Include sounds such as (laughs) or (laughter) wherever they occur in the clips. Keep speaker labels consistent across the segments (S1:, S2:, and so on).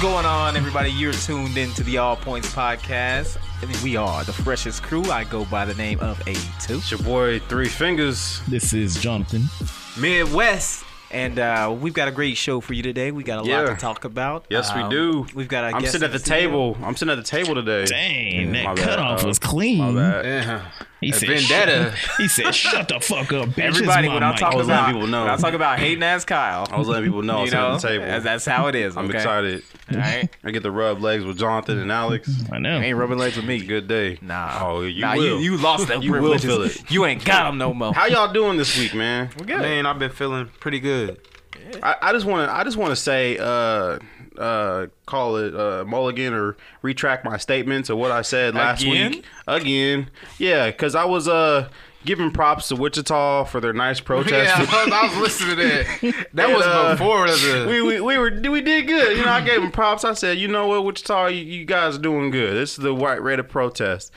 S1: going on, everybody? You're tuned into the All Points Podcast. We are the freshest crew. I go by the name of 82
S2: It's your boy Three Fingers.
S3: This is Jonathan.
S1: Midwest. And uh, we've got a great show for you today. We got a lot
S2: Yeah.
S1: to talk about.
S2: Yes, we
S1: Um,
S2: do.
S1: We've got a
S2: I'm
S1: guest
S2: sitting at the
S1: in studio.
S2: table. I'm sitting at the table today.
S3: Dang,
S2: Yeah, my
S3: that
S2: bad,
S3: cutoff
S2: uh,
S3: was clean.
S2: Yeah.
S3: He
S2: That
S3: said,
S2: vendetta.
S3: "Shut- He said, "Shut the fuck up, bitch." It's
S1: Everybody,
S3: my
S1: when I'm
S3: mic.
S1: talking
S2: I was letting
S1: about,
S2: people know.
S1: when I talk about hating ass Kyle,
S2: I was letting people know I
S1: you
S2: was
S1: know,
S2: at the table.
S1: that's, that's how it is.
S2: I'm
S1: okay?
S2: excited.
S1: All (laughs) right,
S2: I get to rub legs with Jonathan and Alex.
S3: I know.
S1: You ain't rubbing legs with me.
S2: Good day.
S1: Nah.
S2: Oh, you
S1: nah,
S2: will.
S1: You, you lost that
S2: (laughs) You will
S1: privileges.
S2: feel it.
S1: You ain't got them no more.
S2: How y'all doing this week, man?
S1: We're good.
S4: Man, I've been feeling pretty good.
S2: I, I just want to. I just want to say, uh, uh, call it uh, mulligan or retract my statements or what I said last
S1: Again?
S2: week. Again, yeah, because I was uh giving props to Wichita for their nice protest.
S4: Yeah, I was, I was listening to that. That
S2: And,
S4: was
S2: uh,
S4: before the.
S2: (laughs) we, we, we were we did good. You know, I gave them props. I said, you know what, Wichita, you, you guys doing good. This is the white rate of protest.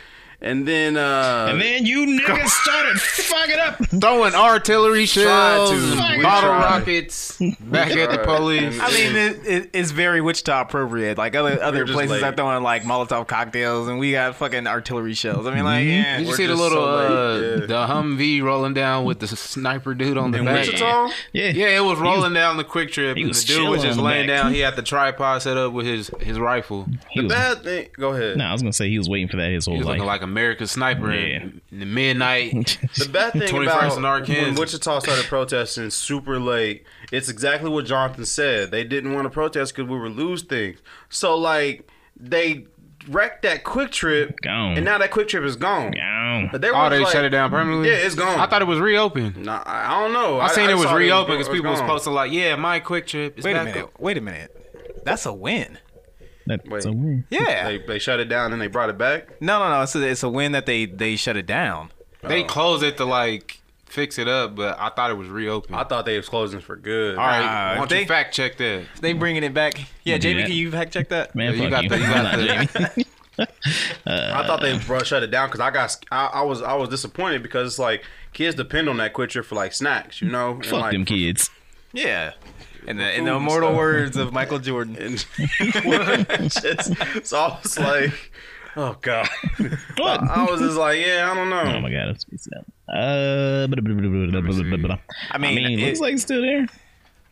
S2: And then uh
S3: And then you niggas started fucking up.
S4: Throwing artillery shells,
S2: to. We
S4: bottle
S2: tried.
S4: rockets back at the
S2: tried.
S4: police.
S1: I mean, it, it, it's very Wichita appropriate. Like other other
S2: We're just
S1: places
S2: late.
S1: are throwing like Molotov cocktails, and we got fucking artillery shells. I mean,
S2: Mm-hmm.
S1: like, yeah,
S4: Did you
S1: we're
S4: see the
S1: just
S4: little
S1: so late.
S4: uh,
S2: late, yeah.
S4: the Humvee rolling down with the sniper dude on the
S2: in
S4: back?
S2: Wichita,
S3: Yeah,
S4: Yeah, it was rolling down the quick trip,
S3: he
S4: and the
S3: was
S4: dude
S3: chilling
S4: was just
S3: on the
S4: laying
S3: back.
S4: down. He had the tripod set up with his his rifle.
S3: He was,
S2: bad thing. Go ahead.
S3: nah, I was gonna say he was waiting for that his whole
S4: He was
S3: life.
S4: looking like America's sniper in, in the midnight.
S2: The bad thing
S4: 21st
S2: about
S4: and Arkansas.
S2: when Wichita started protesting super late, it's exactly what Jonathan said. They didn't want to protest because we would lose things. So like they wrecked that quick trip,
S3: Gone.
S2: and now that quick trip is gone.
S3: Ow.
S2: But they were
S4: Oh, they
S2: like-
S4: shut it down permanently.
S2: Yeah, it's gone.
S4: I thought it was reopened.
S2: Nah, I I don't know.
S4: I, seen it was
S2: saw
S4: reopened
S2: it was
S4: because people was
S2: gone.
S4: posting like, "Yeah, my quick trip is
S1: wait a
S4: back
S1: minute.
S4: up."
S1: Wait a minute. That's a win.
S3: That's
S2: Wait.
S3: a win.
S1: Yeah.
S2: They, they shut it down and they brought it back.
S1: no, no, no. It's a, it's a win that they they shut it down.
S4: They closed it to like fix it up, but I thought it was reopened.
S2: I thought they was closing for good.
S4: All right,
S1: Nah,
S4: why don't
S1: they-
S4: you fact check that?
S1: They bringing it back. Yeah,
S3: We'll do
S1: JB,
S3: that.
S1: can you fact check that?
S3: Man,
S4: you
S3: fuck
S4: got
S3: you.
S4: the- you
S3: (laughs)
S4: got
S3: Nah,
S4: (laughs) the-
S3: Jamie.
S2: I thought they bro, shut it down because I got s- I, I was I was disappointed because it's like kids depend on that quitter for like snacks, you know. And,
S3: Fuck
S2: like,
S3: them kids.
S1: Yeah. In the, in
S2: Food
S1: the
S2: and
S1: immortal
S3: (laughs)
S2: stuff.
S1: words of Michael Jordan.
S2: And (laughs) just, so I was like, oh god.
S3: What?
S2: I was just like, yeah, I don't
S3: Oh
S2: know.
S3: my god, it's it's out. Uh, blah, blah, blah, blah, blah, blah, blah, blah.
S1: I
S3: I
S1: mean,
S3: mean,
S1: it-
S3: looks like it's still there.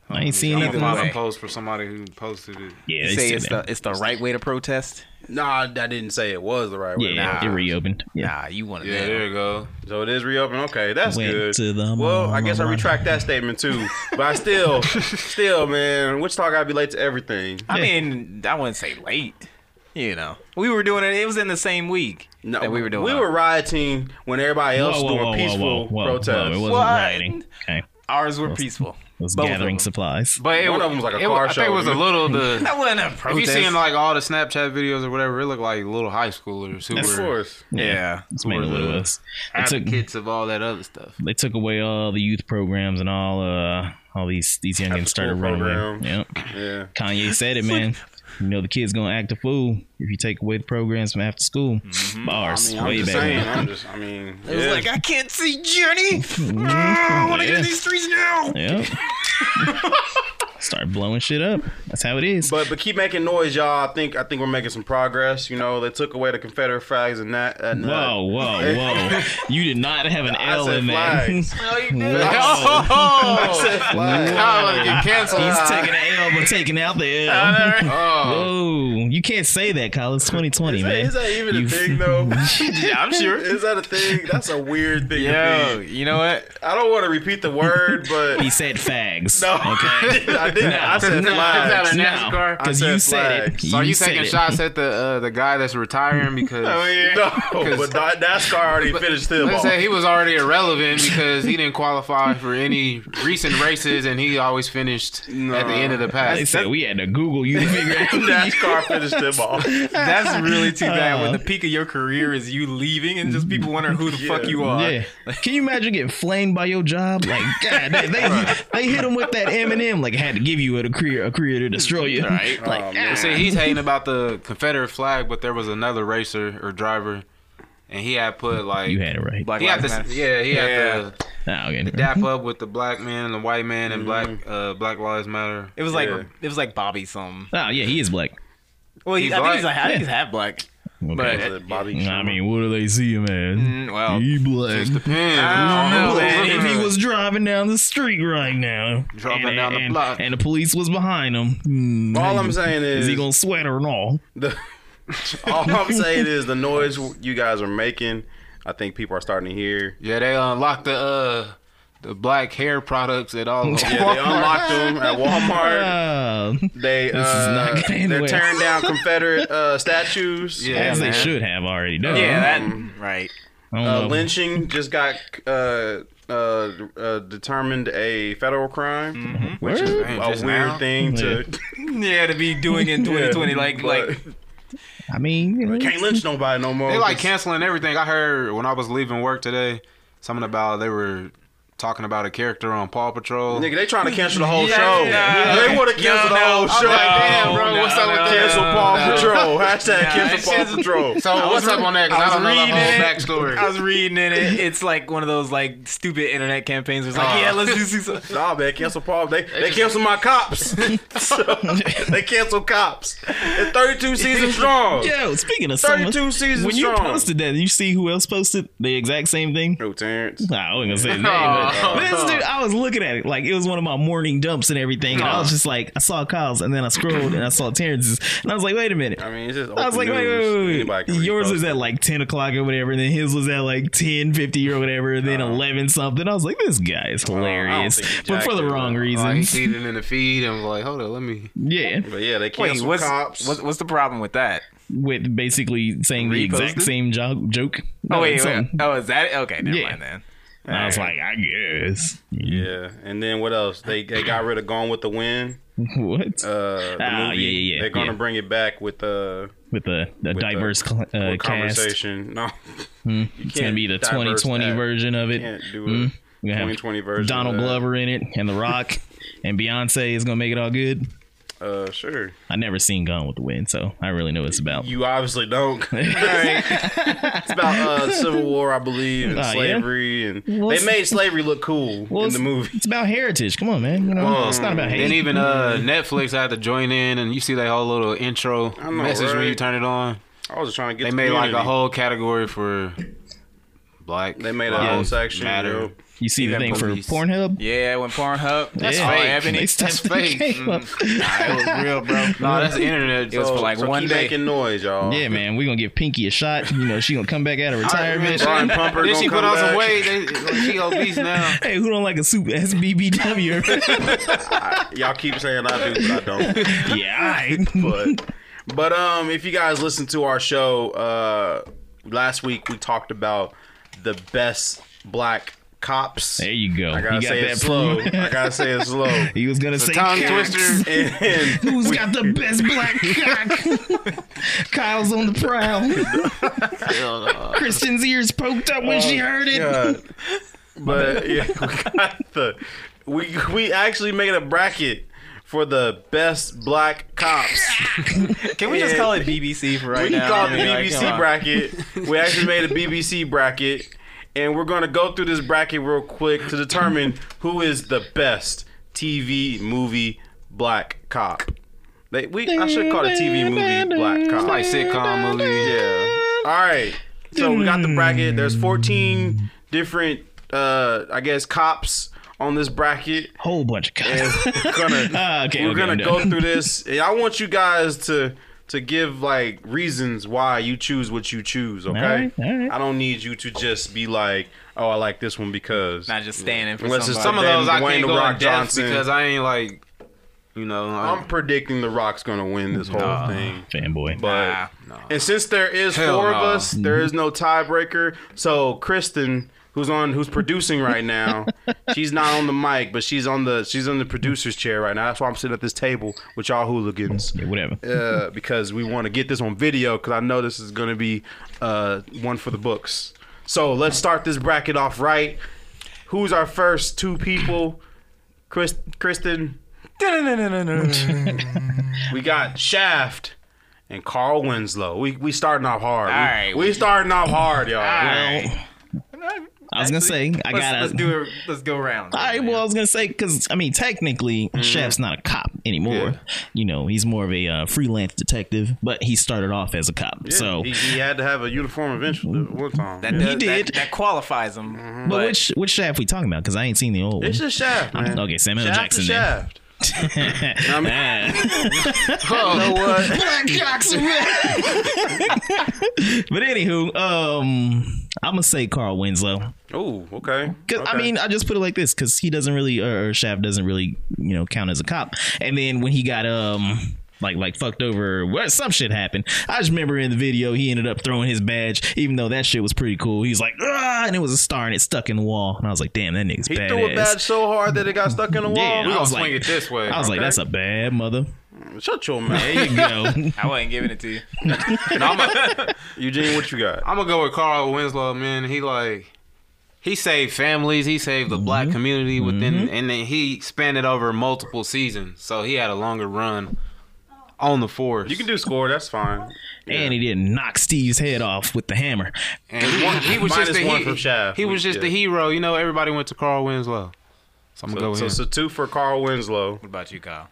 S3: I ain't seen
S4: I'm
S3: nothing.
S4: gonna
S1: Either
S4: find
S1: way.
S4: a post for somebody who posted it.
S1: you
S3: Yeah, it's
S1: say
S3: still
S1: it's
S3: there.
S1: the it's the right way to protest.
S2: Nah, I didn't say it was the right way.
S3: yeah,
S1: Nah.
S3: it reopened. Yeah,
S1: Nah, you want to.
S4: Yeah, there you go.
S2: So it is reopened. Okay, that's
S3: Went
S2: good.
S3: to the
S2: well, I
S3: mall.
S2: guess I retract that statement too. But I
S3: (laughs)
S2: still, still, man, Wichita gotta be late to everything.
S1: I mean, I wouldn't say late. You know, we were doing it. It was in the same week that we were doing.
S2: We
S1: it.
S2: were rioting when everybody else
S3: whoa,
S2: was doing
S3: whoa, whoa,
S2: peaceful
S3: whoa, whoa, Whoa, it
S2: protests.
S3: wasn't
S1: What?
S3: rioting. Okay, it
S1: ours were peaceful.
S3: was
S1: Both of
S3: gathering
S1: them.
S3: supplies.
S4: But it,
S2: One
S4: wa-
S2: of 'em was like a
S4: it, wa-
S2: car
S4: I think
S2: show.
S4: it was a little
S1: That
S3: (laughs)
S4: the.
S1: wasn't a
S4: (laughs) If you
S1: protest.
S4: seen like all the Snapchat videos or whatever, it looked like little high schoolers who
S2: Of
S4: were
S2: course.
S1: yeah,
S3: It's made a little
S4: the
S3: worse. They took,
S4: advocates of all that other
S3: (laughs)
S4: stuff.
S3: they took away all the youth programs and all uh all these these youngins started
S2: school
S3: running
S2: programs.
S3: away. Yep.
S2: Yeah.
S3: Kanye
S2: (laughs)
S3: said it, man. You know the kids gonna act a fool if you take away the programs from after school. Bars,
S2: Mm-hmm. I mean, I'm
S3: way
S2: just
S3: back.
S2: saying.
S3: when.
S2: I'm just. I mean,
S1: it was
S2: yeah.
S1: like I can't see Journey.
S2: Ah,
S3: Mm-hmm.
S1: I want to get in
S3: (laughs)
S1: these streets now.
S3: Yep.
S2: (laughs)
S3: Start blowing shit up. That's how it is.
S2: But but keep making noise, y'all. I think I think we're making some progress. You know, they took away the Confederate flags and that. And that. (laughs)
S3: whoa, whoa, whoa! you did not have an
S2: uh, I
S3: L
S2: said
S3: in that. (laughs)
S2: flags.
S4: Oh, (laughs)
S2: Flags.
S4: get canceled.
S3: He's taking an L, but taking out the L.
S4: Oh,
S3: Whoa, you can't say that, Kyle. It's 2020,
S2: Is that,
S3: man.
S2: is that even
S3: You-
S2: a thing though? (laughs)
S3: (laughs)
S1: Yeah, I'm sure.
S2: is that a thing? That's a weird thing.
S1: Yo,
S2: to be.
S1: you know what?
S2: I don't want to repeat the word, but
S3: (laughs) He said fags.
S2: no,
S3: (laughs) Okay.
S4: (laughs)
S2: I didn't. I said
S4: No,
S2: flags.
S4: it's not a-
S3: No,
S4: NASCAR? I
S3: because
S2: said
S3: you said
S2: flags.
S3: it.
S4: so are you
S3: said
S4: taking
S3: it.
S4: shots at the uh, the guy that's retiring
S1: (laughs)
S4: because?
S1: Oh,
S2: No, but Na- NASCAR already finished him
S4: Let's
S2: off.
S4: say he was already irrelevant because he
S3: (laughs)
S4: didn't qualify for any recent races, and he always finished at the end of the
S3: They
S4: pack.
S3: said we had to Google
S4: (laughs)
S3: you to figure out.
S2: NASCAR finished him off.
S3: (laughs)
S1: That's really too bad. When
S3: Uh.
S1: the peak of your career is you leaving, and just people wondering who the fuck you are.
S3: Yeah. Can you imagine getting flamed by your job?
S4: (laughs)
S3: Like, God, they, they, they hit him with that Eminem. Like, I had to give you a career, a career to destroy you. Right. (laughs) Like,
S2: Oh,
S4: You See, he's hating about the Confederate flag, but there was another racer or driver, and he had put like
S3: you had it right.
S1: Black
S4: he had
S1: Lives
S4: the
S1: Matter.
S4: yeah he
S1: Yeah.
S4: had the
S3: Ah, okay.
S4: dap up with the black man and the
S1: Mm-hmm.
S4: white man and black uh, Black Lives Matter.
S1: It was like
S2: Yeah.
S1: it was like Bobby something.
S3: Oh yeah, he is black.
S1: Well,
S4: He's
S1: I, think he's
S4: black.
S1: like, I think he's half black.
S4: But-
S2: Is it Bobby
S3: I
S2: Schumer?
S3: mean, what do they see him as?
S1: Mm, well,
S3: he black.
S4: oh. Just depends.
S1: I don't know,
S4: Who's
S1: man.
S4: looking
S3: If he
S4: oh, at?
S3: was driving down the street right now,
S4: Driving
S3: and,
S4: down the
S3: and-
S4: block.
S3: and the police was behind him, hmm,
S2: all
S3: hey,
S2: I'm saying is,
S3: is he gonna sweat or no?
S2: the, (laughs) all I'm saying is the noise you guys are making. I think people are starting to hear.
S4: Yeah, they unlocked the uh the black hair products
S2: (laughs)
S4: at all.
S2: Yeah, they
S4: (laughs)
S2: unlocked them at
S3: (laughs)
S2: Walmart.
S3: Uh,
S2: They
S3: is
S2: uh,
S3: not going
S2: they're
S3: well.
S2: tearing down Confederate uh, statues. um,
S4: Yeah.
S3: as they
S4: man.
S3: should have already done.
S1: yeah, that mm, right.
S3: I don't
S2: Uh,
S3: know.
S2: lynching just got uh, uh, uh, determined a federal crime, which is
S3: Word?
S2: a
S4: Damn, Mm-hmm. just
S2: weird
S4: now?
S2: thing to.
S1: Yeah, to be doing in 2020, like
S2: but
S1: like
S3: I mean, you know,
S2: (laughs) can't lynch nobody no more.
S4: They like
S2: 'cause-
S4: canceling everything. I heard when I was leaving work today, something about they were talking about a character on Paw Patrol.
S2: Nigga, they
S3: (laughs)
S2: trying to cancel the whole
S1: Yeah,
S2: show.
S1: yeah.
S2: They would have
S1: No,
S2: canceled the
S1: no.
S2: whole
S1: I'm
S2: show.
S1: like, damn,
S4: bro, what's up with that?
S2: Cancel
S4: No,
S2: Paw
S3: (laughs)
S4: no.
S2: Patrol. Hashtag
S1: Nah, it's
S2: cancel Paw
S1: just-
S2: Patrol.
S4: So what's up on that? 'Cause
S1: I
S4: I,
S1: was
S4: don't know the
S1: reading it.
S4: whole
S1: I
S4: (laughs) backstory.
S1: was reading in it. It's like one of those like stupid internet campaigns. Where it's like,
S4: Uh.
S1: yeah, let's do (laughs) something.
S2: Nah, man, cancel Paul. They they cancel my
S3: (laughs)
S2: cops. (laughs) So, they cancel cops. It's 32 seasons strong.
S3: yo, speaking of someone,
S2: 32 seasons
S3: when you
S2: strong.
S3: posted that, you see who else posted the exact same thing?
S2: no, Terrence.
S3: Nah, I wasn't gonna say his name,
S2: (laughs)
S3: but this dude, I was looking at it like it was one of my morning dumps and everything, and I was just like, I saw Kyle's, and then I scrolled and I saw Terrence's, and I was like, wait a minute.
S2: I mean, it's just.
S3: I was like,
S2: open
S3: wait,
S2: news.
S3: wait,
S2: Anybody
S3: wait,
S2: can
S3: wait. Yours
S2: repost
S3: is
S2: it.
S3: at like 10 o'clock or whatever, and then his was at like 10, 50 or whatever, and then
S2: Uh-huh.
S3: 11 something. I was like, this guy is hilarious,
S2: think he
S3: but for the
S2: jacked it,
S3: wrong
S2: though.
S4: Like, he
S3: reasons.
S4: seen it in the feed and was like, hold on, let me.
S3: yeah.
S2: But yeah, they
S1: Wait,
S2: cancel
S1: what's,
S2: cops.
S1: what's what's the problem with that?
S3: With basically saying the exact
S1: Reposted?
S3: same jo- joke.
S1: Oh
S3: No,
S1: wait, wait,
S3: something.
S1: oh is that it? okay? Never
S3: Yeah.
S1: mind then.
S3: And I was like, I guess.
S2: yeah, and then what else? They they got rid of Gone with the Wind.
S3: What?
S2: Uh, the
S3: Ah,
S2: movie.
S3: yeah, yeah, yeah,
S2: They're gonna
S3: yeah.
S2: bring it back with uh
S3: with a, a diverse cl- uh,
S2: with
S3: cast. Hmm.
S2: conversation. (laughs) No,
S3: It's gonna be the 2020 version of it.
S2: Can't do it.
S3: Mm. We're gonna have
S2: 2020 version.
S3: Donald
S2: of that.
S3: Glover in it, and The Rock, and Beyonce is gonna make it all good.
S2: Uh, sure.
S3: I never seen Gone with the Wind, so I really know what it's about.
S2: You obviously
S3: (laughs)
S2: don't. All right. It's about uh, Civil War, I believe, and
S3: Oh, yeah?
S2: slavery, and
S3: Well,
S2: they
S3: it's-
S2: made slavery look cool
S3: Well,
S2: in the
S3: it's-
S2: movie.
S3: It's about heritage. Come on, man. You know, it's not about hate.
S4: Then even uh, Netflix had to join in, and you see that whole little intro
S2: know,
S4: message when you
S2: right?
S4: turn it on.
S2: I was just trying to get.
S4: They
S2: the
S4: made like a
S2: community.
S4: whole category for black.
S2: They made a
S4: lives
S2: whole section.
S4: Matter.
S2: Matter.
S3: you see the
S1: even
S3: thing
S4: police.
S3: for Pornhub.
S1: Yeah, when Pornhub, that's
S3: Yeah.
S1: all
S4: fake.
S1: Ebony.
S3: They stepped the
S4: fake.
S3: game up.
S2: Mm-hmm.
S1: Nah, it was real, bro.
S4: (laughs) No, that's the internet.
S1: It was
S4: so-
S1: for like
S2: So
S1: one
S2: keep
S1: day.
S2: making noise, y'all.
S3: Yeah, man. We're gonna give Pinky a shot. You know, she gonna come back out of retirement.
S2: Brian Pumper
S4: Then
S2: gonna
S4: she put
S2: come
S4: on some
S2: back.
S4: weight. They, like, she
S2: (laughs)
S4: obese now.
S3: Hey, who don't like a soup SBBW?
S2: Y'all keep saying I do, but
S3: (laughs)
S2: I don't.
S3: yeah, all right.
S2: but
S3: (laughs)
S2: but um if you guys listen to our show uh last week we talked about the best black cops
S3: there you go.
S2: i gotta
S3: you got
S2: say
S3: that
S2: it slow
S3: proof.
S2: i gotta say it slow
S3: (laughs) He was gonna say
S4: Tongue
S3: cock.
S2: (laughs)
S4: twister.
S2: and
S3: Who's got the
S2: (laughs)
S3: best black cock? (laughs) Kyle's on the prowl. Kristen's ears poked up when
S2: Oh,
S3: she heard it. (laughs)
S2: God. but yeah we got the we we actually made a bracket for the best black cops
S1: Can we just
S2: Yeah.
S1: call it BBC for right
S2: we
S1: now?
S2: called
S1: I
S2: the
S1: mean, like,
S2: BBC
S1: come on.
S2: bracket.
S1: (laughs)
S2: We actually made a BBC bracket, and we're gonna go through this bracket real quick to determine who is the best TV movie black cop. They, we I should call it TV movie black cop.
S4: Like sitcom movie.
S2: yeah. All right. So we got the bracket. There's 14 different, uh, I guess, cops on this bracket.
S3: Whole bunch of
S2: And
S3: cocks.
S2: we're gonna
S3: Ah, okay,
S2: we're
S3: okay,
S2: gonna
S3: I'm
S2: go
S3: done.
S2: through this. And I want you guys to to give like reasons why you choose what you choose. Okay,
S3: Alright, alright.
S2: I don't need you to just be like, oh, I like this one because
S1: Not just standing for
S2: Unless it's
S1: somebody.
S4: Some of those I
S2: Dwayne
S4: can't
S2: The
S4: go
S2: Rock
S4: in depth
S2: Johnson.
S4: because I ain't like, you know,
S2: I'm
S4: I'm,
S2: predicting The Rock's gonna win this whole thing.
S3: Fanboy.
S2: But
S1: Nah,
S2: and since there is
S4: Hell
S2: four of
S4: no.
S2: us, there is no tiebreaker. So Kristen, who's on, who's producing right now, she's not on the mic, but she's on the she's on the producer's chair right now. That's why I'm sitting at this table with y'all hooligans.
S3: Yeah, whatever.
S2: uh, because we want to get this on video because I know this is going to be uh, one for the books. So let's start this bracket off right. Who's our first two people? Chris, Kristen, we got Shaft and Carl Winslow. We we starting off hard.
S1: All right.
S2: we, we starting off hard, y'all.
S1: All right.
S3: I was gonna say I
S1: let's,
S3: gotta.
S1: let's do it. Let's go around.
S3: All right, well, I was gonna say because I mean, technically,
S2: Mm-hmm.
S3: Chef's not a cop anymore. You know, he's more of a uh, freelance detective, but he started off as a cop. so,
S2: he, he had to have a uniform eventually at one time.
S1: that
S2: Yeah.
S1: does,
S3: He
S1: that-
S3: did.
S1: That, qualifies him.
S3: but which which Chef we talking about? Because I ain't seen the old one.
S2: It's just Shaft, man.
S3: okay, Samuel
S2: shaft
S3: Jackson
S2: To
S3: then.
S2: shaft. I mean,
S4: (laughs) Oh,
S3: Black Jocks But anywho, um, I'm gonna say Carl Winslow.
S2: oh, okay.
S3: 'Cause, I
S2: Okay.
S3: mean, I just put it like this because he doesn't really, or, or Shaft doesn't really, you know, count as a cop. And then when he got um. Like like fucked over. What some shit happened. I just remember in the video he ended up throwing his badge, even though that shit was pretty cool. He was like, ah, and it was a star and it stuck in the wall. And I was like, damn, that nigga's
S2: he
S3: badass.
S2: threw a badge so hard that it got stuck in the wall.
S3: Yeah, I
S4: we gonna
S3: was
S4: swing
S3: like-
S4: it this way.
S3: I was like, that's a bad mother. (laughs)
S2: Shut your mouth,
S3: There you go.
S1: I wasn't giving it to you.
S4: I'm gonna
S2: (laughs) Eugene. What you got?
S4: go with Carl Winslow, man. He like he saved families. He saved the black
S2: Mm-hmm.
S4: community within, and then he spanned it over multiple seasons, so he had a longer run on the force.
S2: You can do score. That's fine.
S3: and he didn't knock Steve's head off with the hammer.
S4: And he, he was
S2: Minus
S4: just the
S2: one
S4: he,
S2: from Shaft.
S4: he was
S2: We-
S4: just
S2: yeah.
S4: the hero. You know, everybody went to Carl Winslow. So I'm gonna go
S2: So,
S4: with
S2: so
S4: him.
S2: it's a two for Carl Winslow.
S1: What about you, Kyle?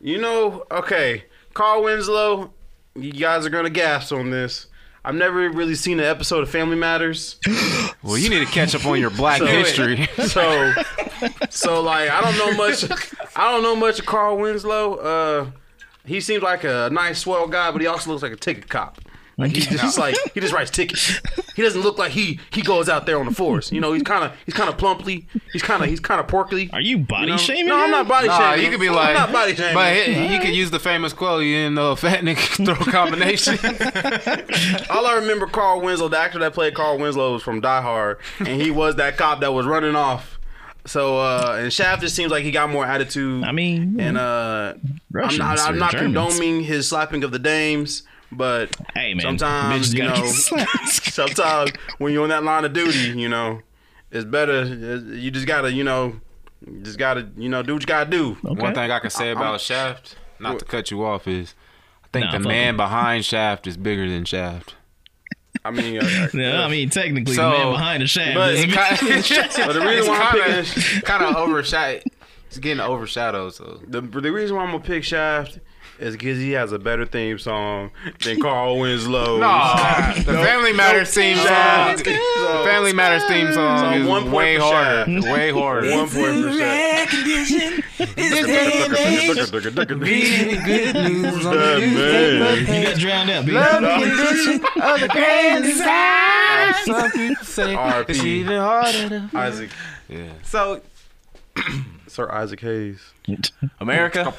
S2: You know, okay, Carl Winslow. You guys are gonna gasp on this. I've never really seen an episode of Family (laughs) Matters.
S4: well, you need to catch up on your black
S2: So-
S4: history.
S2: so so like I don't know much I don't know much of Carl Winslow. Uh he seems like a nice swell guy, but he also looks like a ticket cop. Like
S3: (laughs)
S2: he's just like he just writes tickets. He doesn't look like he he goes out there on the force. You know, he's kinda he's kinda plumply. He's kinda he's kinda porkly.
S3: Are you body
S2: know?
S3: shaming?
S2: No, I'm
S3: him?
S2: not body
S4: (laughs) Nah,
S2: shaming.
S4: you could be
S2: I'm
S4: like,
S2: not (laughs) body shaming.
S4: but he, you could use the famous quote, you didn't know a fat nigga
S2: (laughs)
S4: can throw a combination.
S2: All I remember Carl Winslow, the actor that played Carl Winslow was from Die Hard, and he was that cop that was running off. So uh and Shaft just seems like he got more attitude.
S3: I mean,
S2: and uh, I'm
S3: Russians
S2: not, I'm
S3: or
S2: not
S3: Germans.
S2: condoning his slapping of the dames, but
S3: hey man,
S2: sometimes
S3: bitches
S2: you
S3: gotta
S2: know,
S3: get slapped.
S2: sometimes when you're on that line of duty, you know, it's better. You just gotta, you know, just gotta, you know, do what you gotta do.
S3: (laughs)
S4: One
S3: Okay.
S4: thing I can say about Shaft, not to cut you off, is I think
S3: Nah,
S4: the
S3: fuck
S4: man behind Shaft is bigger
S2: (laughs)
S4: than Shaft.
S2: I mean, uh,
S3: (laughs) Yeah, I mean, technically,
S4: So-
S3: the man behind the shaft.
S2: but-
S3: is-
S4: It
S2: (laughs)
S4: (laughs)
S2: but the reason why I'm picking
S4: kind of kind of overshot. It's getting overshadowed. So
S2: the, the reason why I'm gonna pick Shaft is because he has a better theme song than Carl
S3: (laughs)
S2: Winslow.
S4: (laughs) the Family Matters theme song.
S2: Shaft.
S4: The
S2: So,
S4: Family Matters theme song
S2: So
S4: is
S2: one point
S4: way
S2: for
S4: harder.
S2: Shaft.
S4: Way harder.
S2: One point for Shaft.
S4: (laughs) good
S1: (laughs)
S4: news on
S2: That man.
S3: you got drowned out. baby.
S4: of the crazy side.
S2: R.I.P.
S4: It's even harder. To-
S2: Isaac,
S1: So,
S2: (laughs) Sir Isaac Hayes.
S1: America,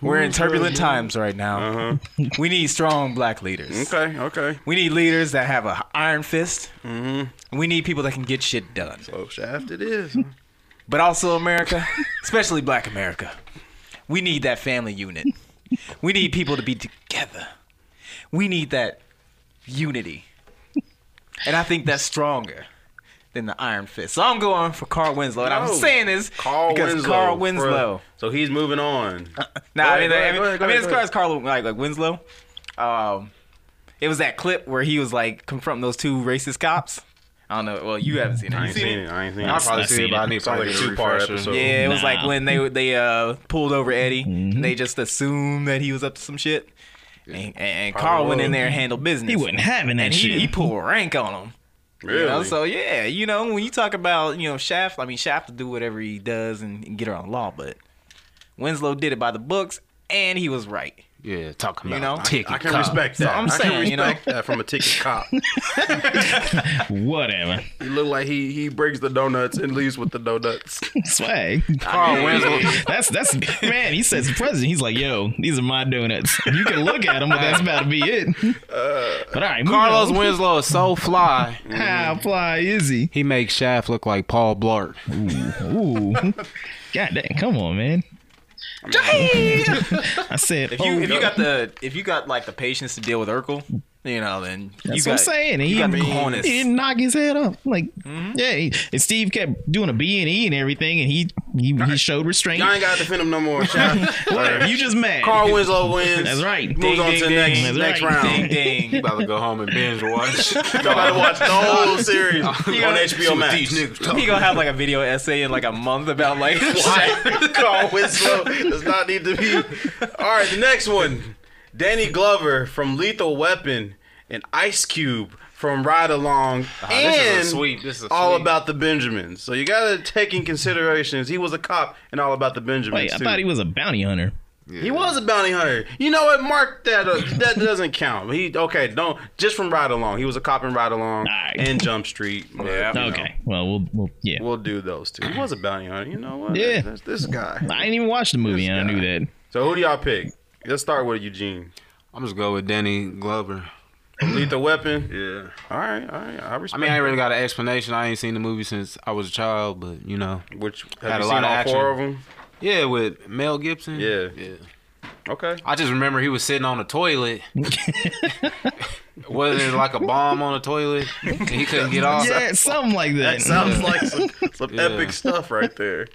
S1: we're in turbulent times right now. We need strong black leaders.
S2: Uh-huh. Okay, okay. Mm-hmm.
S1: We need leaders that have an iron fist. We need people that can get shit done.
S2: So Shaft it is.
S1: But also, America, (laughs) especially black America, we need that family unit. We need people to be together. We need that unity. And I think that's stronger than the iron fist. So I'm going for Carl Winslow. And I'm
S2: No.
S1: saying this
S2: Carl
S1: because
S2: Winslow.
S1: Carl
S2: bruh.
S1: Winslow.
S2: So he's moving on.
S1: No, I mean,
S2: Go ahead, go
S1: I
S2: ahead,
S1: mean,
S2: go ahead,
S1: I mean, as
S2: go ahead,
S1: far as Carl, like, like Winslow, um, it was that clip where he was like confronting those two racist cops. I don't know. Well, you haven't seen it.
S2: I
S1: You
S2: ain't
S1: seen
S2: seen
S1: it?
S2: it. I ain't seen
S4: I'll
S2: it.
S4: probably
S3: I've
S4: see it,
S3: seen
S4: but I
S3: it.
S4: need
S2: It's like
S4: probably
S2: a
S4: get a
S2: two-part
S4: refresher.
S2: episode.
S1: Yeah, it was like
S3: Nah. Mm-hmm.
S1: when they they uh, pulled over Eddie. and They just assumed that he was up to some shit. And, and, and Carl went in there and handled business.
S3: He wasn't having that
S1: And (laughs)
S3: shit.
S1: he, he pulled rank on him.
S2: Really?
S1: You know, so yeah, you know when you talk about you know Shaft, I mean Shaft will do whatever he does and, and get around the law, but Winslow did it by the books, and he was right.
S4: Yeah, talking
S1: You
S4: about
S1: know?
S4: ticket.
S2: I can
S4: cop.
S2: respect
S1: So
S2: that.
S1: I'm
S2: I can
S1: saying, you know.
S2: respect that from a ticket cop. he
S3: Whatever.
S2: look like he he breaks the donuts and leaves with the donuts.
S3: Swag.
S4: Carl Winslow.
S3: That's that's man. He says president. He's like, yo, these are my donuts. You can look at them, but that's about to be it. But all right,
S4: Carlos
S3: Winslow.
S4: Winslow is so fly.
S3: How fly is he?
S4: He makes Shaft look like Paul Blart.
S3: Ooh, god damn! Come on, man. oh, I said,
S1: If you
S3: oh, (laughs)
S1: if you got the if you got like the patience to deal with Urkel, you know, then
S3: That's
S1: you
S3: what I'm
S1: got-
S3: saying. And
S1: you
S3: he,
S1: got the Mm-hmm.
S3: he
S1: cojones.
S3: didn't knock his head up. Like, yeah. he- and Steve kept doing a B and E and everything, and he he, he showed restraint.
S2: Y'all ain't got to defend him no more. Shaq.
S3: Whatever. You just mad.
S2: Carl Winslow wins.
S3: That's right.
S2: Moves on to
S1: ding,
S2: next
S3: ding.
S2: next
S3: That's right.
S1: Ding
S2: round.
S1: ding.
S4: About to go home and binge (laughs) watch.
S2: Y'all gotta watch the whole series on
S4: See
S2: HBO
S4: what
S2: Max.
S4: These niggas
S1: (laughs)
S4: talking
S1: He gonna have like a video essay in like a month about (laughs) like
S2: Why? Carl Winslow does not need to be. All right, the next one. Danny Glover from Lethal Weapon and Ice Cube from Ride Along
S4: Ah, this is a
S2: and
S4: sweep. This is a
S2: All
S4: sweep.
S2: About the Benjamins. So you gotta take in considerations. He was a cop and All About the Benjamins.
S3: Wait, I
S2: too.
S3: thought he was a bounty hunter.
S2: He was a bounty hunter. You know what? Mark that. Uh, that doesn't count. He okay. Don't just from Ride Along. He was a cop in Ride Along
S3: Alright.
S2: and Jump Street. but,
S1: Yeah.
S2: you know,
S3: Okay. Well, we'll, we'll yeah.
S2: we'll do those two. He was a bounty hunter. You know what?
S3: Yeah.
S2: That's this guy.
S3: I didn't even watch the movie, and I knew that.
S2: (laughs) So who do y'all pick? Let's start with Eugene.
S4: I'm just go with Danny Glover.
S2: Lethal Weapon.
S4: Yeah.
S2: All right, all right. I
S4: I
S2: respect.
S4: mean, I ain't really got an explanation. I ain't seen the movie since I was a child, but you know.
S2: that. which have
S4: had
S2: you
S4: a
S2: seen
S4: lot of
S2: all
S4: action.
S2: four of them?
S4: Yeah, with Mel Gibson.
S2: Yeah.
S4: Yeah.
S2: Okay.
S4: I just remember he was sitting on
S2: (laughs)
S4: the toilet. Wasn't it like a bomb on the toilet? And he couldn't get off.
S3: Yeah, something like that.
S2: That
S4: (laughs)
S2: sounds like some, some
S4: Yeah.
S2: epic stuff right there.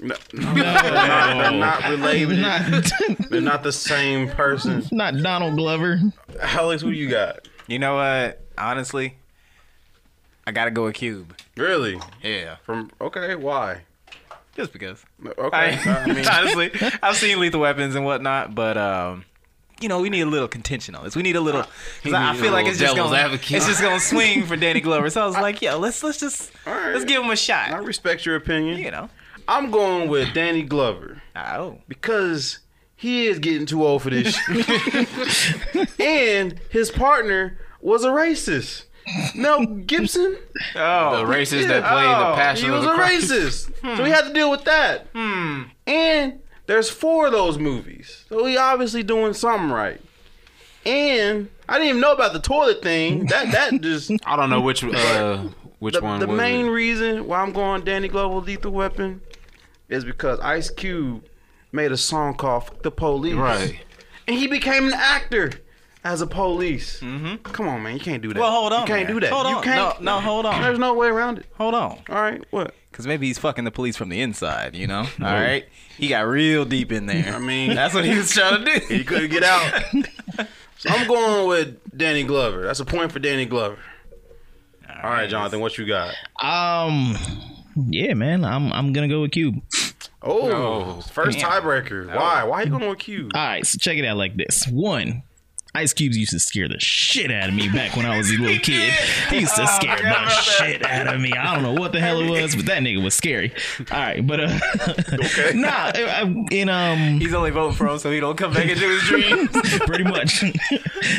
S2: No, no, they're
S3: no,
S2: not related.
S3: (laughs)
S4: (laughs)
S3: not,
S2: They're not the same person.
S3: not Donald Glover.
S2: Alex, who you got?
S1: You know what? Honestly, I gotta go with Cube.
S2: Really?
S1: Yeah.
S2: From okay, why?
S1: Just because.
S2: Okay,
S1: (laughs) I,
S2: I
S4: (laughs)
S1: (laughs)
S2: mean,
S1: honestly, I've seen Lethal Weapons and whatnot, but um, you know, we need a little contention on this. We need a (laughs) little. Cause I, I
S4: need a
S1: feel like
S4: little
S1: it's just
S4: devil's
S1: gonna
S4: advocate.
S1: it's just gonna swing for Danny Glover. So I was like, yo, let's let's just
S2: All right.
S1: let's give him a
S2: I
S1: shot.
S2: respect your opinion.
S1: You know.
S2: I'm going with Danny Glover
S1: Oh.
S2: because he is getting too old for this. shit. and his partner was a racist. Mel Gibson,
S4: The
S1: Oh.
S4: racist that
S2: Yeah.
S4: played
S1: Oh,
S4: the passion
S2: he
S4: of
S2: was
S4: the
S2: a
S4: Christ.
S2: racist, so he had to deal with that. And there's four of those movies, so he obviously doing something right. And I didn't even know about the toilet thing. That that just
S4: I don't know which uh, which
S2: the,
S4: one.
S2: the
S4: was
S2: main
S4: it.
S2: reason why I'm going Danny Glover Lethal Weapon is because Ice Cube made a song called Fuck the Police.
S4: right.
S2: And he became an actor as a police. Mm-hmm. Come on, man. You can't do that.
S1: Well, hold on.
S2: You can't
S1: man.
S2: do that.
S1: Hold
S2: you
S1: on.
S2: can't.
S1: No, no, hold on.
S2: There's no way around it.
S1: Hold on.
S2: All right. What?
S1: Cause maybe he's fucking the police from the inside, you know. All right, he got real deep in there. I
S2: (laughs)
S1: mean, that's what (laughs) he was trying to do.
S2: He couldn't get out. (laughs) so I'm going with Danny Glover. That's a point for Danny Glover. All right, Jonathan, what you got?
S3: Um, yeah, man, I'm I'm gonna go with Cube.
S2: Oh,
S4: No.
S2: first tiebreaker. Why? Why you going with Cube?
S3: All right, so check it out like this. One, Ice Cubes used to scare the shit out of me back when I was a
S2: (laughs)
S3: little kid. He
S2: Oh,
S3: used to scare the shit out of me. I don't know what the hell it was, but that nigga was scary. All right, but uh, (laughs)
S2: Okay.
S3: nah, I, I- in um,
S1: He's only voting for him so he don't come back into (laughs) his dreams.
S3: (laughs) pretty much.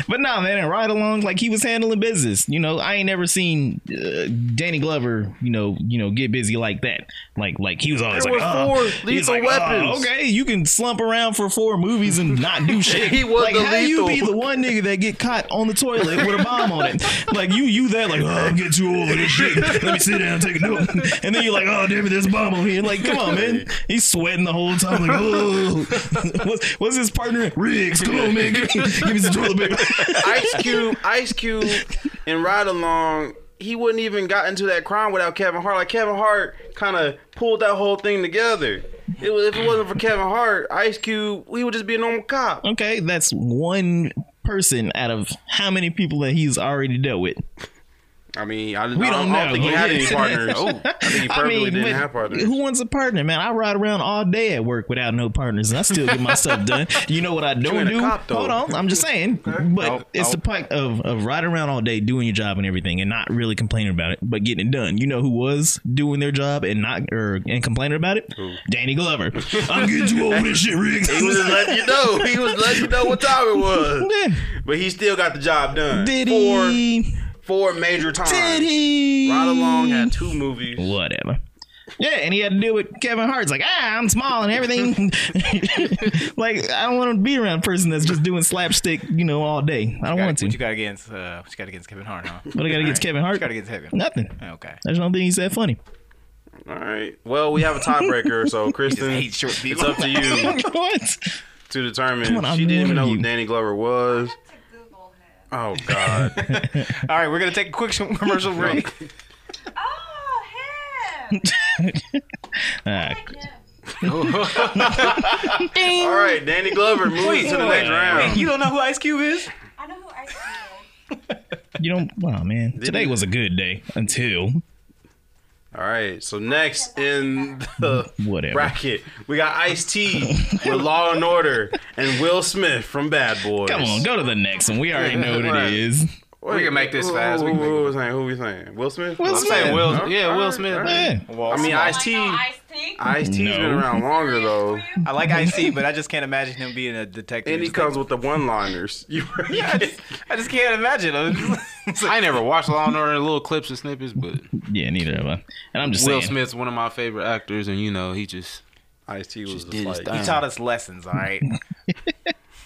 S3: but nah, man, and right along, like he was handling business. You know, I ain't never seen uh, Danny Glover, you know, you know, get busy like that. Like, like he was always
S2: There
S3: like,
S2: were
S3: "Oh."
S2: four
S3: He was
S2: lethal
S3: like, "Oh,
S2: weapons."
S3: okay, you can slump around for four movies and
S2: (laughs)
S3: not do shit.
S2: He was
S3: like,
S2: the
S3: how you be
S2: lethal.
S3: the one nigga that get caught on the toilet with a bomb on it? Like you, you that like, oh, I'm getting too old for this shit. Let me sit down, and take a note, and then you're like, oh, damn it, there's a bomb on here. Like, come on, man, he's sweating the whole time. Like, oh, (laughs) what's, what's his partner? Riggs, come on, man, give, me- give me some toilet paper. (laughs)
S2: Ice Cube, Ice Cube, and Ride Along, he wouldn't even got into that crime without Kevin Hart. Like Kevin Hart kind of pulled that whole thing together. It was, if it wasn't for Kevin Hart, Ice Cube, he would just be a normal cop.
S3: Okay, that's one person out of how many people that he's already dealt with.
S2: I mean, I,
S3: We
S2: I
S3: don't
S2: I don't Oh.
S3: know.
S2: think he had any (laughs)
S3: Yeah.
S2: partners. (laughs) I think he perfectly didn't
S3: but
S2: have partners.
S3: Who wants a partner, man? I ride around all day at work without no partners, and I still get my
S2: (laughs)
S3: stuff done. You know what I don't
S2: ain't a
S3: do?
S2: cop, though.
S3: Hold on, I'm just saying. But
S1: I'll-
S3: it's the point of of riding around all day doing your job and everything, and not really complaining about it, but getting it done. You know who was doing their job and not or and complaining about it?
S2: (laughs)
S3: Danny Glover. I'm getting too old for this shit,
S2: (laughs)
S3: Riggs.
S2: He
S3: (laughs)
S2: was just letting you know. He was letting you know what time it was.
S3: Yeah.
S2: But he still got the job done.
S3: Did
S2: four,
S3: he?
S2: four major times.
S3: Did he?
S2: Ride Along had two movies.
S3: whatever. Yeah, and he had to deal with Kevin Hart's like, ah, I'm small and everything. (laughs) like, I don't want to be around a person that's just doing slapstick, you know, all day. I don't want to.
S1: What you got against? Uh, what you got against Kevin Hart? (laughs) Huh? What
S3: what I got against Kevin
S1: you
S3: Hart?
S1: got against Kevin?
S3: Nothing.
S1: Okay.
S3: I just don't think he's that funny. (laughs)
S1: uh,
S2: All right. Well, we have a tiebreaker, so Kristen,
S1: hate short
S2: it's up to you.
S3: what?
S2: to determine.
S3: Come on, I'm
S2: she didn't even
S3: one of
S2: know who
S3: you.
S2: Danny Glover was.
S5: to Google him.
S2: Oh God.
S1: All right, we're gonna take a quick commercial break.
S5: Oh, him!
S3: Uh,
S5: Like him.
S2: All right, Danny Glover moves to the next
S1: (laughs)
S2: round.
S1: you don't know who Ice Cube is?
S5: I know who I see.
S3: you don't. Wow, man. Today
S2: you-
S3: was a good day until
S2: All right, so next in the
S3: Whatever.
S2: bracket, we got Ice T with Law and Order and Will Smith from Bad Boys.
S3: Come on, go to the next one. We already know what
S2: Right.
S3: it is.
S4: We can make this
S2: who-
S4: fast. We
S2: Who,
S4: can
S2: who,
S4: make it-
S2: was saying? Who we saying? Will Smith.
S3: Will
S4: I'm saying
S3: Smith.
S4: Will.
S2: All
S4: Yeah, Will
S2: right,
S4: Smith.
S2: all right.
S3: Yeah.
S1: Well,
S2: I mean,
S5: Oh,
S2: Ice
S5: I know
S2: T.
S5: Ice T.
S2: Ice T's
S3: No.
S2: been around longer though,
S1: I like Ice Cube, but I just can't imagine him being a detective.
S2: and he
S1: Just like-
S2: comes with the one-liners. You
S1: (laughs) I just, I just can't imagine. I'm (laughs) just- it's like-
S4: I ain't never watched Law and Order little clips and snippets, but
S3: Yeah, neither have I. And I'm just
S4: Will
S3: saying.
S4: Smith's one of my favorite actors, and you know he just
S2: Ice T was just,
S4: did his
S2: like
S4: thing.
S1: he taught us lessons, all (laughs) right.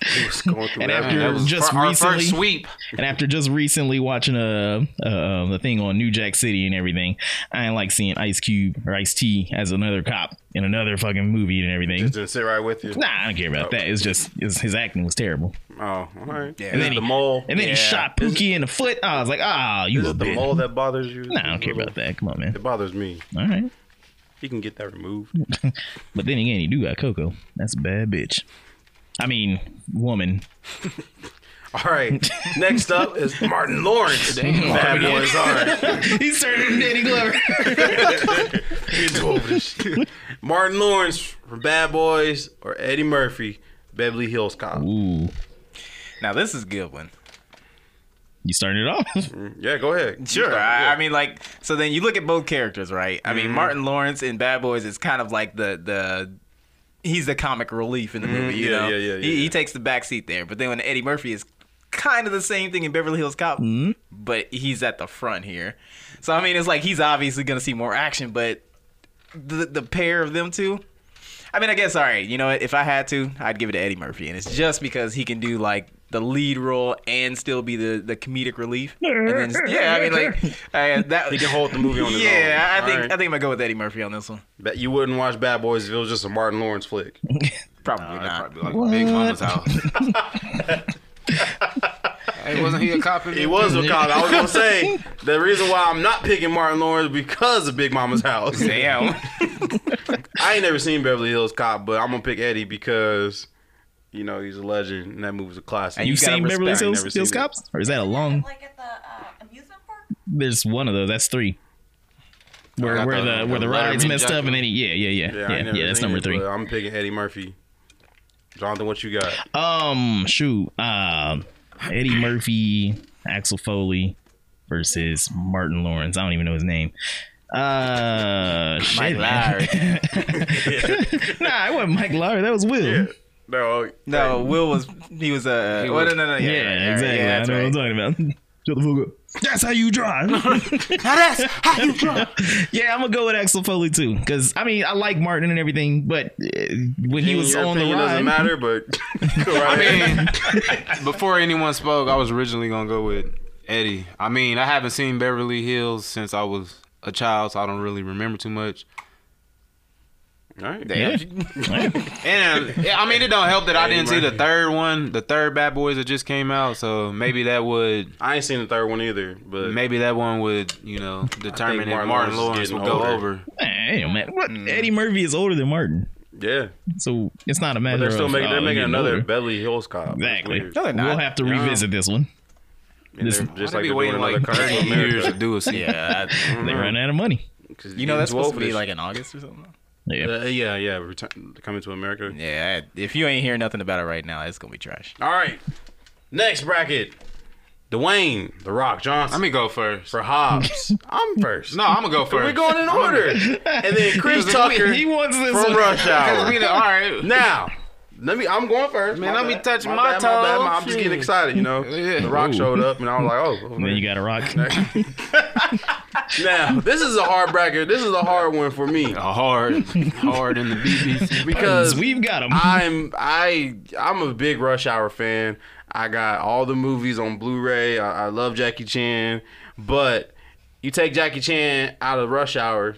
S2: he was going through
S3: And
S2: everything.
S3: after-
S4: that was
S3: Just
S4: fir- our
S3: recently-
S4: first sweep.
S3: And after just recently watching a uh, uh, the thing on New Jack City and everything, I ain't like seeing Ice Cube or Ice T as another cop in another fucking movie and everything.
S2: Just didn't sit right with you.
S3: Nah, I don't care about that. It's just it's, his acting was terrible.
S2: Oh, all right.
S1: Yeah.
S2: Is
S1: And
S2: it
S1: then
S2: the
S3: he-
S2: mole.
S3: And then
S1: Yeah.
S3: he shot Pookie in the foot. I was like, ah, you
S2: Is
S3: a
S2: it the
S3: bitch.
S2: mole that bothers you?
S3: Nah, I don't care about that. Come on, man.
S2: It bothers me.
S3: All right.
S2: He can get that removed.
S3: But then again, you do got Coco. That's a bad bitch. I mean, woman. (laughs)
S2: All right. (laughs) Next up is Martin Lawrence. Bad boys are.
S3: He's turning Danny Glover.
S2: Get over this (laughs) shit. Martin Lawrence from Bad Boys or Eddie Murphy, Beverly Hills Cop.
S3: Ooh,
S1: now this is a good one.
S3: you started it off.
S2: Yeah, go ahead.
S1: Sure.
S2: (laughs) Yeah. Mm-hmm.
S1: I, I mean, like, so then you look at both characters, right? I mean, Martin Lawrence in Bad Boys is kind of like the the he's the comic relief in the movie. You
S2: Mm-hmm. yeah,
S1: know,
S2: yeah, yeah,
S1: he,
S2: yeah, yeah.
S1: he takes the back seat there. But then when Eddie Murphy is kind of the same thing in Beverly Hills Cop,
S2: Mm-hmm.
S1: but he's at the front here. So I mean, it's like he's obviously going to see more action, but the the pair of them two. I mean, I guess all right. You know, what? if I had to, I'd give it to Eddie Murphy, and it's just because he can do like the lead role and still be the, the comedic relief. And then, yeah, I mean, like (laughs) I, uh, that he
S2: can hold the movie on his
S1: yeah,
S2: own.
S1: I think
S2: Alright.
S1: I think I'm gonna go with Eddie Murphy on this one.
S2: Bet you wouldn't watch Bad Boys if it was just a Martin Lawrence flick.
S1: Probably
S4: I'd
S1: not.
S4: probably be like Big Mama's house. hey, wasn't he a cop? In
S2: He
S4: it?
S2: was a cop. I was gonna say (laughs) the reason why I'm not picking Martin Lawrence because of Big Mama's House.
S1: Damn.
S2: I ain't never seen Beverly Hills Cop, but I'm gonna pick Eddie because you know he's a legend and that movie's a classic.
S1: And
S3: You've
S1: gotta
S3: seen Beverly
S1: respect- I ain't
S3: Hills,
S2: never
S3: Hills
S2: seen it.
S3: Cops, or is that a long?
S5: Like at the uh, amusement park?
S3: There's one of those. That's three. Where
S4: I
S3: where
S4: thought
S3: the where the
S4: the
S3: rides
S4: Letterman
S3: messed up,
S4: jacket.
S3: and then he, yeah
S2: Yeah,
S3: yeah yeah
S2: I ain't
S3: yeah
S2: never
S3: yeah. That's
S2: seen
S3: number
S2: it,
S3: three.
S2: but I'm picking Eddie Murphy. Jonathan, what you got?
S3: Um, shoot. Um, Eddie Murphy, Axel Foley versus Martin Lawrence. I don't even know his name. Uh, shit, man. (laughs) nah, it wasn't Mike Lowry. That was Will. Yeah,
S2: No, uh,
S1: no, Will was he was a uh, well, no, no, no, yeah, right, right,
S3: exactly.
S1: yeah,
S3: I
S1: that's
S3: know
S1: right.
S3: what I'm talking about. (laughs) Shut the fuck up. That's how you drive. (laughs) yeah, I'm gonna go with Axel Foley too, because I mean I like Martin and everything, but uh, when he was
S2: your
S3: on the
S2: opinion
S3: ride,
S2: doesn't matter,
S3: (laughs)
S2: but go right
S4: I
S2: ahead.
S4: mean, before anyone spoke, I was originally gonna go with Eddie. I mean, I haven't seen Beverly Hills since I was a child, so I don't really remember too much.
S2: All right.
S1: Damn.
S4: And yeah, I mean, it don't help that I
S2: Eddie
S4: didn't see the
S2: Murphy.
S4: third one, the third Bad Boys that just came out. So maybe that would,
S2: I ain't seen the third one either, but
S4: maybe that one would, you know, determine if
S2: Martin
S4: Martin
S2: Lawrence is
S4: Lawrence would
S2: getting
S4: go
S2: older.
S4: over.
S3: Damn, man. What?
S4: Mm.
S3: Eddie Murphy is older than Martin,
S2: yeah,
S3: so it's not a matter.
S2: but they're still
S3: of,
S2: making
S3: oh,
S2: they're making
S3: getting
S2: another
S3: older.
S4: (laughs)
S2: Beverly Hills Cop. That's
S3: Exactly.
S2: weird.
S1: No, they're not.
S3: We'll have to revisit this one.
S2: And
S3: This-
S2: they're just
S4: I'd
S2: like
S4: be
S2: they're
S4: waiting
S2: doing
S4: like
S2: another Coming
S4: 30
S2: to America.
S4: years to do a
S1: (laughs)
S4: sequel.
S1: Yeah, I-
S3: (laughs)
S4: Mm.
S3: They ran out of money.
S2: 'Cause
S1: you know
S2: it's
S1: that's supposed
S2: woke
S1: to be
S2: as-
S1: like in August or something.
S3: Yeah.
S2: Mm-hmm. Uh, yeah, yeah, return, coming to America.
S1: Yeah, I- if you ain't hearing nothing about it right now, it's gonna be trash.
S2: All right, next bracket, Dwayne the Rock Johnson
S4: Let me go first.
S2: for Hobbs. I'm first.
S4: No, (laughs) I'm gonna go
S2: we're
S4: first.
S2: going in order,
S4: (laughs)
S2: and then Chris Tucker
S3: he wants this
S2: from
S3: one.
S2: Rush
S4: Because
S2: Hour.
S4: we, the- all
S2: (laughs)
S4: right.
S2: Now, let me. I'm going first.
S4: Man,
S2: My
S4: let me
S2: bad.
S4: touch
S2: bad,
S4: my
S2: My bad,
S4: toes.
S2: my- I'm just getting excited, you know.
S4: Yeah.
S2: The Rock
S3: Ooh.
S2: showed up, and I was
S4: (laughs)
S2: like, oh.
S3: Then
S2: okay.
S3: you got to rock. (laughs)
S2: Now, this is a hard bracket. This is a hard one for me
S4: Oh, hard, hard in the BBC.
S2: because
S3: We've got him.
S2: I'm I I'm a big Rush Hour fan. I got all the movies on Blu-ray. I, I love Jackie Chan, but you take Jackie Chan out of Rush Hour,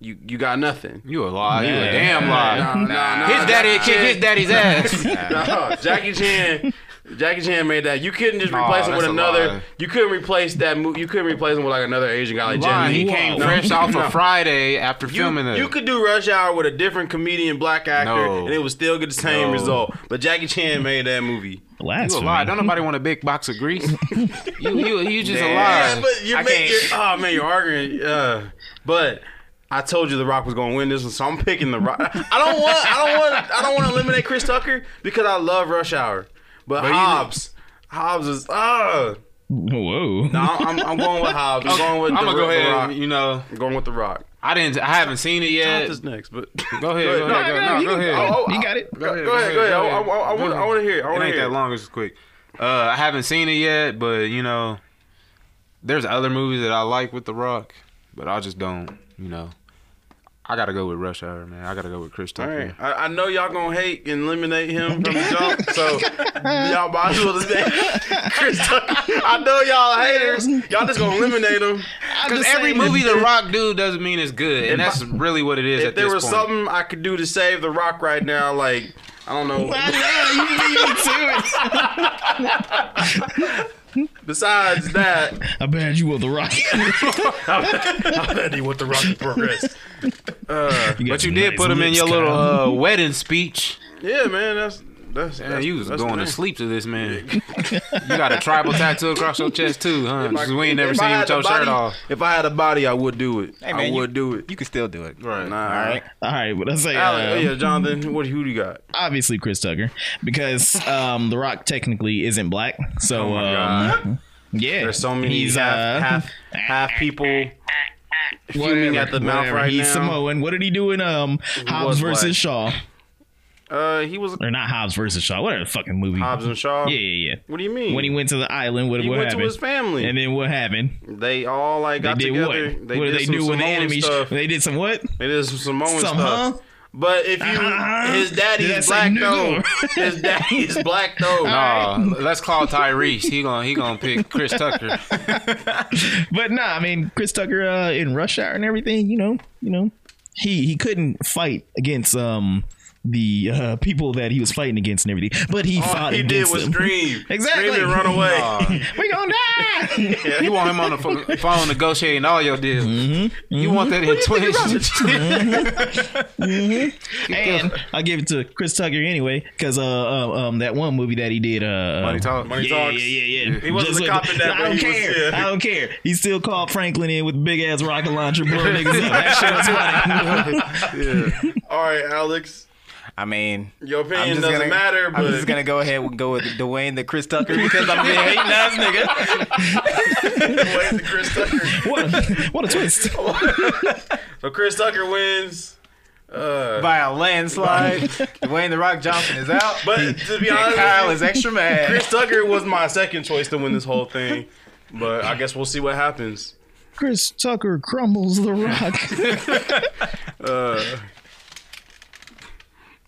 S2: you you got nothing.
S4: You a lie. You a
S3: Nah.
S4: damn lie.
S2: Nah, nah, nah.
S4: His daddy kicked his daddy's ass.
S2: No, Jackie Chan. Jackie Chan made that. You couldn't just
S4: Nah,
S2: replace him with
S4: that's a
S2: another.
S4: lie.
S2: You couldn't replace that. Mo- you couldn't replace him with like another Asian guy like Jet
S4: Lying. He
S2: Li.
S4: came
S2: No.
S4: fresh off
S2: No.
S4: of Friday after
S2: You,
S4: filming it.
S2: you could do Rush Hour with a different comedian black actor,
S4: No.
S2: and it would still get the same
S4: No.
S2: result. But Jackie
S4: (laughs)
S2: Chan made that movie.
S4: You a
S3: Blasphemy.
S4: lie. Don't nobody want a big box of grease. you you you just a
S2: Yeah,
S4: lie.
S2: but you're,
S1: I
S2: make,
S1: can't-
S2: you're oh man, you're arguing. Uh, but I told you the Rock was going to win this one, so I'm picking the Rock. (laughs) I don't want. I don't want. I don't want to eliminate Chris Tucker because I love Rush Hour. But,
S4: But you-
S2: Hobbs, Hobbs is uh
S3: Whoa. (laughs)
S2: No, I'm, I'm going with Hobbs. I'm going with
S4: I'm
S2: the,
S4: gonna go
S2: the
S4: ahead.
S2: Rock.
S4: And, you know,
S2: I'm going with the Rock.
S4: I didn't. I haven't seen it yet.
S2: Not this next, but
S4: Go ahead. Go
S2: No,
S3: no,
S4: ahead. Go,
S3: you
S4: no, go
S3: can-
S4: ahead.
S2: oh, oh,
S3: You got it.
S2: Go ahead, go ahead. I- I- I- I
S4: Go
S2: wanna-
S4: ahead.
S2: I wanna hear it. I wanna
S4: it ain't
S2: hear it.
S4: that long. It's quick. Uh, I haven't seen it yet, but you know, there's other movies that I like with The Rock, but I just don't. You know, I gotta go with Rush Hour, man. I gotta go with Chris
S2: All
S4: Tucker.
S2: right. I, I know y'all gonna hate and eliminate him from the (laughs) jump, so y'all might as well just (laughs) say Chris Tucker. I know y'all haters. Y'all just gonna eliminate him.
S4: Because every movie
S3: (laughs)
S4: The Rock do doesn't mean it's good, and
S2: If I-
S4: that's really what it is.
S2: If
S4: at
S2: there
S4: this
S2: was
S4: point.
S2: something I could do to save the Rock right now, like I don't know.
S4: (laughs)
S3: I know. You beat me to it.
S2: Besides that,
S3: I bet you were the rock. (laughs)
S2: I'm ready with the Rock to progress.
S4: but you did put him in your little uh, wedding speech.
S2: (laughs) Yeah, man. That's that's.
S4: Man,
S2: that's
S4: you was
S2: that's
S4: going
S2: the
S4: to
S2: thing.
S4: sleep to this man. (laughs) you got a tribal tattoo across your chest too, huh? 'Cause we ain't never
S2: If I
S4: seen you
S2: had
S4: with
S2: the
S4: your
S2: body-
S4: shirt off.
S2: If I had a body, I would do it.
S1: Hey, man,
S2: I
S1: you-
S2: would do it.
S1: You can still do it.
S4: Right.
S2: Nah, all right.
S3: All right, but I say,
S2: Alec,
S3: uh,
S2: oh yeah, Jonathan, what who do you got?
S3: obviously Chris Tucker, because um, The Rock technically isn't black. So, um, yeah,
S2: Oh There's so many
S3: He's uh,
S2: half, half half people fuming at the mouth
S3: (laughs) whatever.
S2: right
S3: He's
S2: now.
S3: Samoan. What did he do in um, Hobbs
S2: was
S3: versus
S2: black.
S3: Shaw?
S2: Uh, he was
S3: Or not Hobbs versus Shaw? Whatever the fucking movie.
S2: Hobbs and Shaw.
S3: Yeah, yeah, yeah.
S2: What do you mean?
S3: When he went to the island, what,
S2: He
S3: what
S2: went
S3: happened?
S2: to his family.
S3: and then what happened?
S2: they all like got
S3: they did
S2: together.
S3: what?
S2: They
S3: what did
S2: did
S3: they
S2: some
S3: do when the
S2: Samoan
S3: enemy? (laughs)
S2: stuff.
S3: They did some what?
S2: They did some Samoan stuff.
S3: Some huh?
S2: But if you,
S3: Uh-huh.
S2: his daddy
S3: Did I
S2: is
S3: say
S2: black though. (laughs)
S3: nigga?
S2: His daddy is black though.
S4: Nah, let's call Tyrese. He gonna he gonna pick Chris Tucker.
S3: But nah, I mean Chris Tucker uh, in Rush Hour and everything. You know, you know, he he couldn't fight against um the uh, people that he was fighting against and everything. But he
S2: All
S3: fought
S2: he did
S3: against
S2: was
S3: them.
S2: scream.
S3: Exactly.
S2: Scream and run away.
S3: (laughs) We gonna
S2: (laughs)
S3: die.
S4: You want him on the pho- phone negotiating all your deals. You want that in twins?
S3: and I give it to Chris Tucker anyway, because uh, uh, um that one movie that he did uh
S4: Money talk.
S2: Money
S3: Yeah,
S2: talks.
S3: yeah, yeah, yeah.
S2: He wasn't
S3: Just
S2: a
S3: look-
S2: cop in that,
S3: I
S2: but
S3: don't
S2: he was-
S3: care.
S2: yeah.
S3: I don't care. He still called Franklin in with big ass rocket launcher,
S2: (laughs)
S3: blow niggas up. That shit was funny.
S2: (laughs) All right, Alex.
S1: I mean,
S2: Your opinion
S1: I'm just
S2: doesn't
S1: gonna,
S2: matter, but
S1: I'm just
S2: (laughs)
S1: gonna go ahead and go with Dwayne the Chris Tucker because I'm being hating ass nigga.
S2: Wait, Chris Tucker.
S3: what, a, what a twist.
S2: So Chris Tucker wins. Uh,
S1: by a
S2: (laughs)
S1: landslide. Dwayne the Rock Johnson is out.
S2: but uh, to be
S1: and
S2: honest,
S1: Kyle
S2: with
S1: is
S2: you,
S1: extra mad.
S2: (laughs) Chris Tucker was my second choice to win this whole thing. But I guess we'll see what happens.
S3: Chris Tucker crumbles the rock.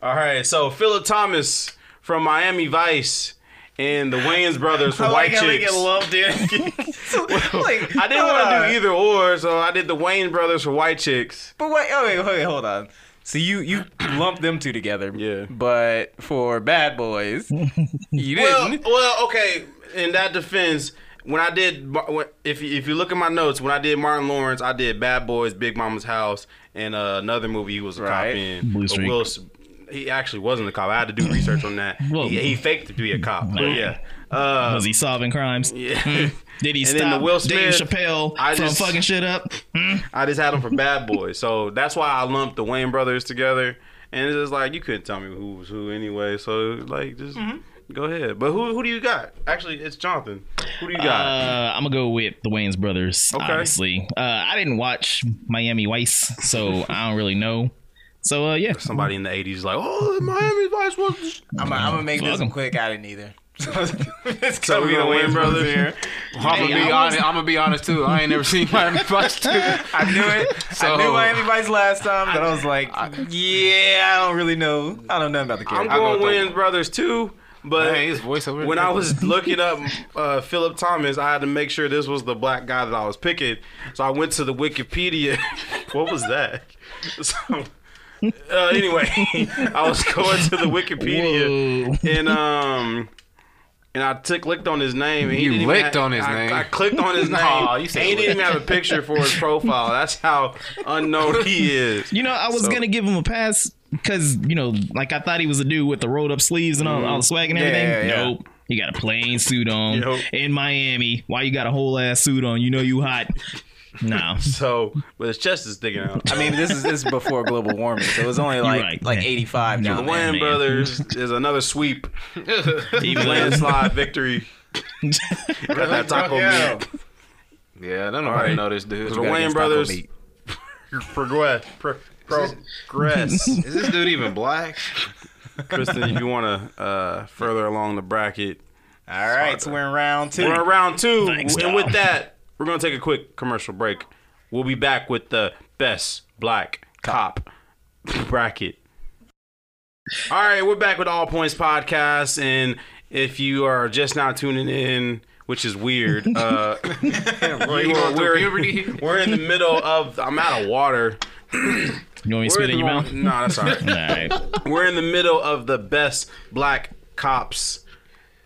S2: All right, so Philip Thomas from Miami Vice and the Wayans brothers from White Chicks.
S1: lumped in. (laughs) like,
S2: (laughs) I didn't
S1: (laughs)
S2: want to do either or, so I did the Wayans brothers for White Chicks.
S1: But wait, oh wait, wait, hold on. So you you (clears throat) lumped them two together.
S2: Yeah.
S1: But for Bad Boys, you
S2: (laughs) Well,
S1: didn't.
S2: well, okay. In that defense, when I did, Mar- when- if you, if you look at my notes, when I did Martin Lawrence, I did Bad Boys, Big Mama's House, and uh, another movie he was a cop
S1: Right.
S2: in.
S3: Blue
S2: But
S3: Streak.
S2: Will S- he actually wasn't a cop. I had to do research on that.
S3: Whoa.
S2: he, he faked to be a cop. But yeah. Uh,
S3: (laughs) Was he solving crimes?
S2: yeah. (laughs)
S3: Did he
S2: And then
S3: stop
S2: the Will
S3: Dave
S2: Smith,
S3: Chappelle
S2: I
S3: from
S2: just-
S3: fucking shit up?
S2: I just had him for Bad Boys, so that's why I lumped the Wayne brothers together. And it's just like you couldn't tell me who was who anyway. So like, just go ahead. But who who do you got? Actually, it's Jonathan. Who do you got?
S3: Uh, I'm gonna go with the Wayans brothers.
S2: Okay.
S3: Honestly, uh, I didn't watch Miami Vice, so I don't really know. So uh, yeah,
S2: somebody in the 80s like, oh, Miami Vice was.
S1: I'm gonna make
S3: Fuck
S1: this
S3: 'em.
S1: one quick. I didn't (laughs) either.
S2: So we gonna win, brothers.
S4: (laughs)
S2: Here.
S4: I'm gonna
S3: Hey,
S4: be
S3: I was-
S4: honest. I'm gonna be honest too. I ain't never seen Miami Vice too.
S1: I knew it.
S4: So-
S1: I knew Miami Vice last time, but I was like, yeah, I don't really know. I don't know nothing about the
S2: I'm
S1: character.
S4: go
S2: going
S4: with
S2: Wayans Brothers too, but
S4: Hey, his voice over
S2: when I
S4: (laughs)
S2: was looking up uh, Philip Thomas, I had to make sure this was the black guy that I was picking. So I went to the Wikipedia (laughs) What was that? So, uh, anyway, (laughs) I was going to the Wikipedia and um. And I took clicked on his name. And he
S4: You
S2: didn't even
S4: licked
S2: ha-
S4: on his
S2: I-
S4: name.
S2: I clicked on
S4: (laughs)
S2: his name.
S4: Aw, you
S2: and
S4: said
S2: he didn't even have a picture for his profile. That's how unknown he
S4: (laughs)
S2: is.
S3: You know, I was
S2: So-
S3: gonna give him a pass because you know, like I thought he was a dude with the rolled up sleeves and all, all the swag and
S2: Yeah,
S3: everything.
S2: yeah, yeah.
S3: Nope. He got a plain suit on
S2: Nope.
S3: in Miami. Why you got a whole ass suit on? You know you hot.
S2: (laughs)
S3: No.
S2: So, but his chest is sticking out.
S4: (laughs)
S1: I mean, this is this is before global warming, so it was only like
S3: right,
S1: like
S3: man.
S1: 85
S3: You're
S1: now.
S2: The
S3: right.
S2: Wayne
S3: man.
S2: brothers is another sweep,
S3: Even
S2: landslide victory. (laughs) Got that taco
S4: Yeah.
S2: meat.
S4: Yeah, I don't know
S2: All
S4: how
S2: right.
S4: to know this dude.
S2: The Wayne brothers (laughs) progress. Pro- progress.
S4: Is this dude even black?
S2: Kristen, if you want to uh, further along the bracket,
S1: All right, so we're in round two.
S2: we're on round two,
S3: Thanks,
S2: and
S3: dog.
S2: with that, we're gonna take a quick commercial break. We'll be back with the best black cop bracket. All right, we're back with All Points Podcast, and if you are just now tuning in, which is weird,
S3: (laughs)
S2: uh, you are- we're, we're in the middle of. I'm out of water.
S3: You want me to spit in your mouth?
S2: No, that's all right.
S3: All right.
S2: We're in the middle of the best black cops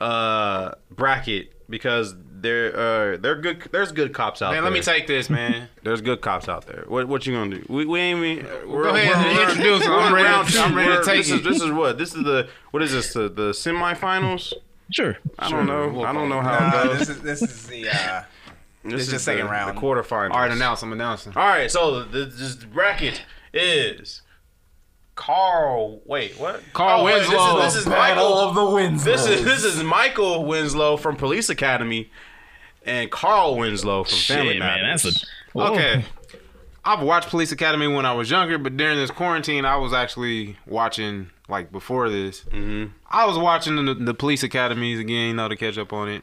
S2: uh bracket because there uh they're good there's good cops out
S4: Man,
S2: there.
S4: let me take this, man.
S2: there's good cops out there. What what you gonna do? We we ain't we- we're,
S4: Go ahead and introduce him.
S2: we're
S4: I'm
S2: on
S4: ready,
S2: round
S4: to-
S2: two.
S4: I'm ready
S2: We're-
S4: to take
S2: this
S4: it.
S2: is this is what? This is the what is this? The the semifinals?
S3: Sure.
S2: I don't know. I don't know how
S1: Uh,
S2: it goes.
S1: this is this is the uh,
S2: This
S1: the
S2: is
S1: second
S2: the,
S1: round.
S2: The quarterfinals.
S4: All right, announce. I'm announcing.
S2: All right, so the, this bracket is Carl. Wait, what?
S4: Carl
S2: Oh, wait,
S4: Winslow.
S2: This is, this is Michael of the Winslow. This is this is Michael Winslow from Police Academy, and Carl Winslow from Family
S3: Shit, man,
S2: Matters.
S3: that's a Whoa.
S4: Okay. I've watched Police Academy when I was younger, but during this quarantine, I was actually watching like before this. Mm-hmm. I was watching the, the Police Academies again, you know, to catch up on it.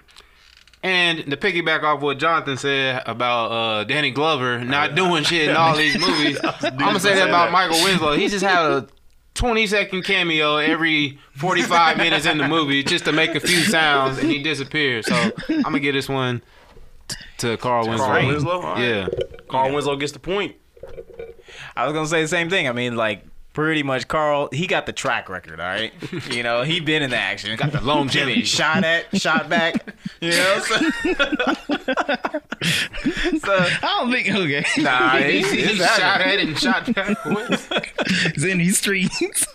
S4: And to piggyback off what Jonathan said about uh, Danny Glover not doing shit in all (laughs) these movies, I'm gonna say that about Michael Winslow. He just had a 20 second cameo every (laughs) 45 minutes in the movie just to make a few sounds, and he disappeared. So I'm gonna give this one t- to Carl Winslow.
S2: Carl Winslow. All right.
S4: Yeah.
S2: Carl Winslow gets the point.
S1: I was gonna say the same thing. I mean, like pretty much Carl, he got the track record. All
S3: (laughs)
S1: right, you know, he been in the action, got the (laughs) longevity, shot at, shot back. You know, so, so
S3: I don't think okay.
S1: nah,
S3: (laughs)
S4: He,
S1: it's,
S4: (laughs) he
S1: it's
S4: shot
S1: happening.
S4: at and shot (laughs) backwards.
S3: It's in these streets.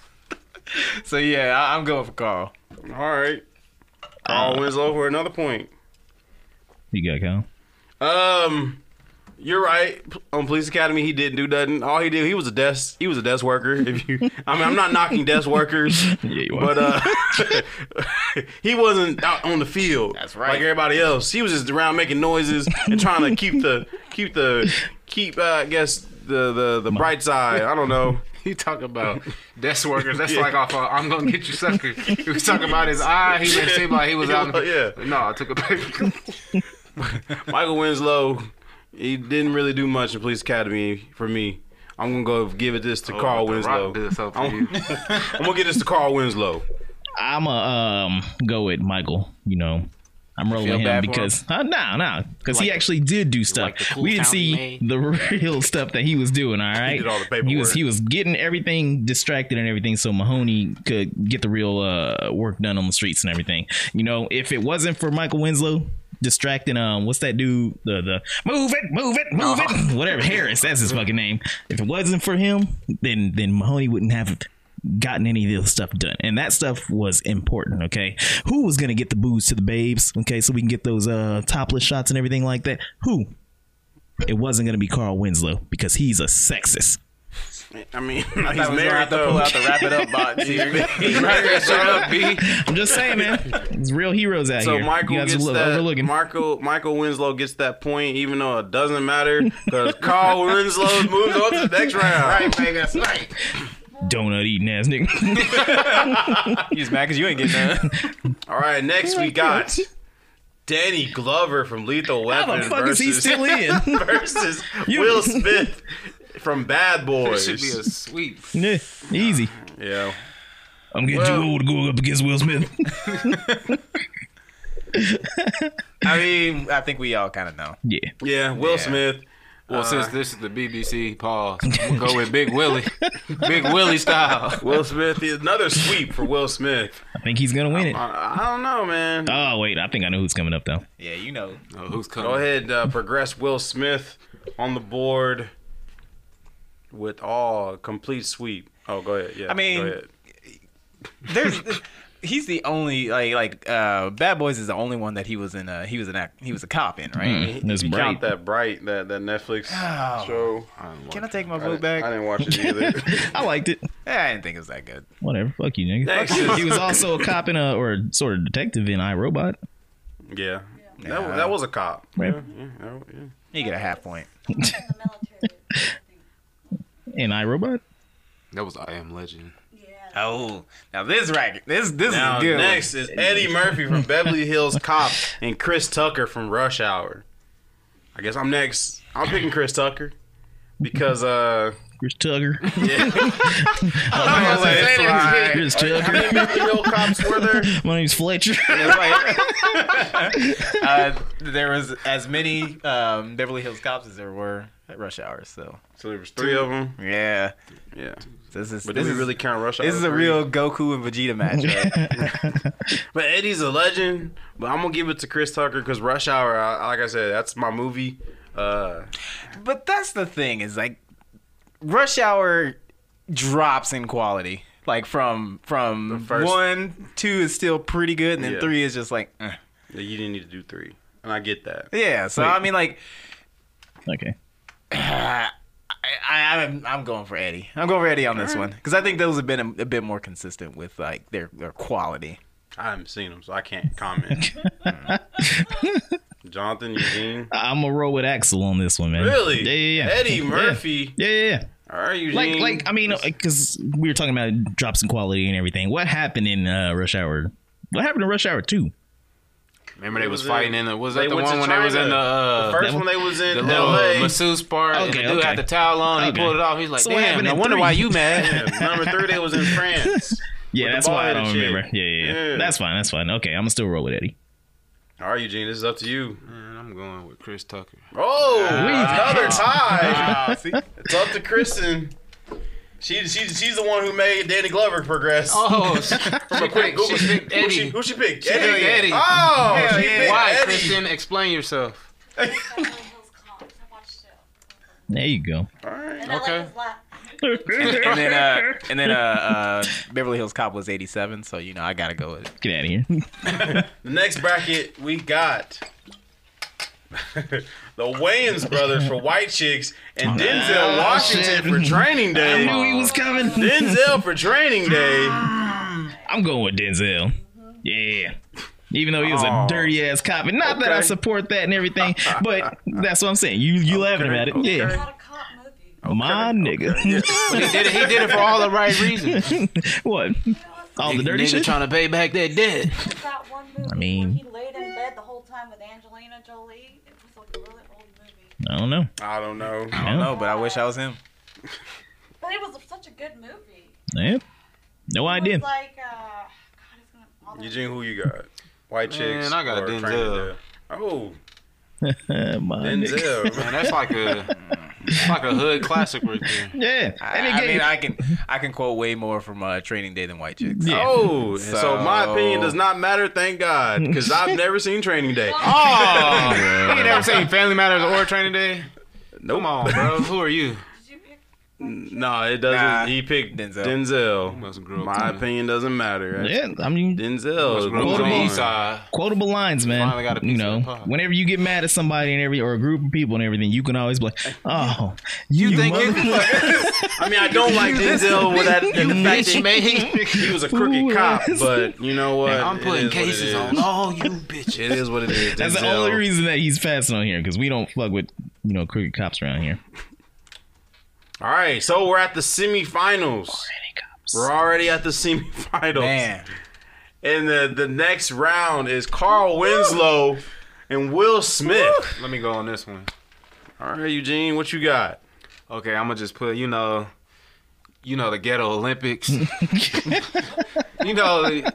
S1: So yeah, I, I'm going for Carl.
S2: (laughs) All right. Carl Winslow for another point.
S3: (laughs) You got Cal.
S2: Um, you're right. On Police Academy, he didn't do nothing. All he did, he was a desk. He was a desk worker. If you, I mean, I'm not knocking desk workers,
S3: (laughs) Yeah, you
S2: but
S3: are.
S2: uh, (laughs) he wasn't out on the field.
S1: That's right.
S2: Like everybody else, he was just around making noises and trying to keep the keep the keep. Uh, I guess the the the bright side. I don't know.
S4: He talking about desk workers. That's like off. Of, I'm gonna get you sucker. He was talking about his eye. He made it seem like he was out. (laughs) in the-
S2: Yeah.
S4: No, I took a (laughs) baby.
S2: Michael Winslow, he didn't really do much in Police Academy for me. I'm gonna go give it this to Carl
S4: Oh, The
S2: Winslow.
S4: Rock did so for
S2: I'm,
S4: you.
S2: I'm gonna get this to Carl Winslow.
S3: I'm a um go with Michael. You know, I'm rolling
S1: feel
S3: him
S1: bad for
S3: because uh, nah, nah, because he
S4: Like-
S3: actually did do stuff.
S4: like the cool
S3: we didn't
S4: town
S3: see
S4: he made.
S3: the (laughs) real stuff that he was doing. All right,
S2: did all the paperwork.
S3: He was he was getting everything distracted and everything, so Mahoney could get the real uh, work done on the streets and everything. You know, if it wasn't for Michael Winslow. Distracting, um, what's that dude? The the move it, move it, move it, whatever Harris, that's his fucking name. If it wasn't for him, then then Mahoney wouldn't have gotten any of this stuff done. And that stuff was important, okay? Who was gonna get the booze to the babes, okay, so we can get those uh topless shots and everything like that? Who? It wasn't gonna be Carl Winslow because he's a sexist.
S2: I mean,
S1: I was
S2: he's
S1: gonna
S2: married
S1: have to
S2: though.
S1: pull out the wrap it up (laughs) box. here.
S4: Shut up, B.
S3: I'm just saying, man. It's real heroes out
S2: So
S3: here.
S2: Michael
S3: you guys
S2: gets
S3: are lo-
S2: that.
S3: overlooking.
S2: Michael Michael Winslow gets that point, even though it doesn't matter because
S3: (laughs)
S2: Carl Winslow moves on to the next round.
S4: Baby, that's (laughs) right.
S3: Donut eating
S2: (laughs)
S3: ass nigga.
S1: He's mad because you ain't getting none.
S2: All right, next we got Danny Glover from Lethal
S3: How
S2: Weapon
S3: the fuck is he
S2: versus,
S3: still in?
S2: (laughs)
S3: (laughs)
S2: versus Will Smith from Bad
S4: This should be a
S2: Boys.
S4: sweet.
S3: yeah, easy.
S2: Yeah.
S3: I'm getting
S2: Well-
S3: too old to go up against Will Smith.
S1: (laughs)
S3: (laughs)
S1: I mean, I think we all kind of know.
S3: yeah.
S2: Yeah, Will Smith.
S4: Well, since this is the BBC pause, we'll go with Big Willie, (laughs) Big Willie style.
S2: Will Smith, another sweep for Will
S3: (laughs)
S2: Smith.
S3: I think he's gonna win it.
S2: I, I don't know, man.
S3: Oh wait, I think I know who's coming up though.
S1: Yeah, you know.
S4: Oh, who's coming?
S2: Go ahead, uh, progress Will Smith on the board with all complete sweep. Oh, go ahead. Yeah,
S1: I mean-
S2: go ahead.
S1: There's he's the only like like uh Bad Boys is the only one that he was in uh he was an act he was a cop in,
S2: Mm-hmm.
S1: right?
S3: That's
S2: you
S3: bright.
S2: count that bright that that Netflix
S1: Oh.
S2: show.
S1: Can I take my
S2: I
S1: vote
S2: didn't,
S1: back?
S2: I didn't watch it either.
S1: (laughs)
S3: I liked it.
S1: Yeah, I didn't think it was that good.
S3: Whatever. Fuck you, nigga.
S2: Next is- (laughs)
S3: He was also a cop in a or sort of detective in iRobot.
S2: yeah, That, wa- that was a cop.
S3: Right.
S2: Yeah, yeah, yeah.
S1: You get a half point.
S5: in the military.
S3: In iRobot.
S4: That was I Am Legend.
S5: Yeah.
S1: Oh, now this racket, this this
S2: Now,
S1: is a good. one.
S2: next is Eddie Murphy from Beverly Hills Cop and Chris Tucker from Rush Hour. I guess I'm next. I'm picking Chris Tucker because uh,
S3: Chris Tugger.
S4: Oh,
S2: I'm gonna let it slide. (laughs)
S3: Chris
S2: How
S3: Tugger.
S2: many Beverly Hills cops were there?
S3: (laughs) My name's
S2: (laughs)
S3: Fletcher.
S1: (laughs) uh, there was as many um, Beverly Hills cops as there were at rush hours. So
S2: So there was three of them.
S1: yeah,
S2: Yeah,
S1: this is
S2: but
S1: this
S2: do we
S1: is
S2: really count Rush Hour?
S1: this is a
S2: three?
S1: real Goku and Vegeta match.
S2: (laughs)
S1: right?
S2: But Eddie's a legend. But I'm gonna give it to Chris Tucker because Rush Hour, I, like I said, that's my movie. Uh,
S1: but that's the thing is like rush hour drops in quality. Like from from
S2: first-
S1: one, two is still pretty good, and then
S2: Yeah.
S1: three is just like eh.
S2: you didn't need to do three, and I get that.
S1: yeah. So I mean like.
S3: okay.
S1: I, I, I'm I'm going for Eddie. I'm going for Eddie on this one because I think those have been a, a bit more consistent with like their, their quality.
S2: I haven't seen them, so I can't
S3: (laughs)
S2: comment. Jonathan Eugene.
S3: I'm gonna roll with Axel on this one, man.
S2: Really?
S3: Yeah, yeah, yeah.
S2: Eddie Murphy.
S3: Yeah, yeah, yeah.
S2: All right, Eugene.
S3: Like, like I mean, because we were talking about drops in quality and everything. What happened in uh, Rush Hour? What happened in Rush Hour Two?
S4: Remember they
S2: What
S4: was,
S2: was
S4: fighting
S2: it?
S4: in the was
S2: They
S4: that the
S2: went
S4: one
S2: to
S4: when they was
S2: China.
S4: in the uh,
S2: the first one they was in
S4: the little
S2: L.A.
S4: masseuse part and
S3: Okay,
S4: the dude
S3: okay.
S4: had the towel on.
S3: Okay.
S4: He pulled it off. He's like,
S3: So what
S4: damn,
S3: happened
S4: no
S3: in
S4: wonder
S3: three?
S4: why you
S2: Yeah,
S3: (laughs)
S4: mad.
S2: number three, they was in France.
S3: Yeah,
S2: With the
S3: that's why I
S2: bar and
S3: don't
S2: shit.
S3: remember. Yeah, yeah, yeah,
S2: Yeah.
S3: That's fine. That's fine. Okay, I'm gonna still roll with Eddie.
S2: All right, Eugene, this is up to you.
S4: Man, I'm going with Chris Tucker.
S2: Oh, another (laughs) tie.
S1: Ah, see?
S2: It's up to Kristen. She, she, she's the one who made Danny Glover progress.
S4: (laughs) Oh,
S2: From a quick Google.
S4: she picked
S2: Who she,
S4: Eddie.
S2: who she picked?
S4: picked Eddie.
S2: Oh,
S1: Hell
S2: she
S1: yeah.
S2: picked
S4: Why,
S2: Eddie.
S4: Kristen? Explain yourself.
S5: Beverly Hills Cops. I watched it.
S3: There you
S2: (laughs)
S3: go.
S2: All right.
S5: And I
S4: Okay.
S5: like his laugh.
S1: (laughs) and then uh, and then uh, uh, Beverly Hills Cop was 87, so you know I gotta go with it.
S3: Get out of here.
S2: The next bracket we got (laughs) the Wayans brothers for White Chicks and Denzel Washington for Training
S3: I
S2: Day.
S3: knew he
S2: (laughs)
S3: was coming.
S2: Denzel for Training Day.
S3: I'm going with Denzel. Yeah. Even though he was
S2: Oh.
S3: a dirty ass cop, and not that I
S2: Okay.
S3: support that and everything,
S2: (laughs)
S3: but that's what I'm saying. You you laughing about it?
S5: It's
S3: Yeah,
S5: not a cop movie.
S3: my nigga.
S4: But he did it. He did it for all the
S3: (laughs)
S4: right reasons.
S3: what? All the
S4: Nigga-
S3: dirty
S4: nigga
S3: shit.
S4: trying to pay back that debt.
S5: It's that one movie
S3: mean-
S5: where he laid in bed the whole time with Angelina Jolie. It was like a really old movie.
S3: I don't know.
S2: I don't know.
S1: I don't know, but I wish I was him.
S5: But it was such a good movie.
S3: Yeah. No
S5: It
S3: idea.
S5: was like, uh, God, it's gonna bother
S2: Eugene, who you got? White Chicks.
S4: Man, I got
S2: or Training
S4: Denzel.
S2: Day? Oh,
S3: (laughs) My nigga.
S4: (laughs)
S2: Denzel.
S4: Man, that's like a that's like a hood classic right there.
S3: (laughs) Yeah.
S1: I,
S3: And it
S1: I
S3: gave-
S1: mean, I can I can quote way more from uh, Training Day than White Chicks.
S3: Yeah.
S2: (laughs) Oh, so,
S1: So-
S2: my opinion does not matter, thank God, because I've never seen Training Day.
S4: Oh, you ain't never seen Family Matters or Training Day?
S2: No,
S4: Come on, bro. Who are you?
S5: Did you pick?
S2: Nah, it doesn't.
S1: Nah.
S2: He picked
S1: Denzel.
S2: Denzel.
S4: must grow
S2: Denzel.
S4: up,
S2: My
S4: man.
S2: opinion doesn't matter. That's
S3: Yeah, I mean,
S2: Denzel.
S4: Grow up
S2: Come
S4: on the
S2: on.
S4: east side.
S3: quotable lines, man.
S4: Finally got a piece
S3: you
S4: of
S3: know,
S4: the pie.
S3: whenever you get mad at somebody and every or a group of people and everything, you can
S2: (laughs)
S3: always be like, "Oh, you,
S4: think you-
S2: I mean, I don't like Denzel with that. the fact
S4: Bitch,
S2: that
S4: man.
S2: he was a crooked cop, but you know what?
S4: I'm
S2: It
S4: putting
S2: is what it
S4: cases
S2: is.
S4: on all you bitches.
S2: It is what it is.
S3: That's the
S2: Denzel.
S3: only reason that he's passing on here because we don't fuck with you know crooked cops around here.
S2: All right, so we're at the semifinals.
S3: Any cops?
S2: We're already at the semifinals,
S1: Man,
S2: and the the next round is Carl Winslow and Will Smith.
S4: Let me go on this one.
S2: All right, Eugene, what you got?
S4: Okay, I'm gonna just put, you know, you know, the Ghetto Olympics. (laughs) you know, the,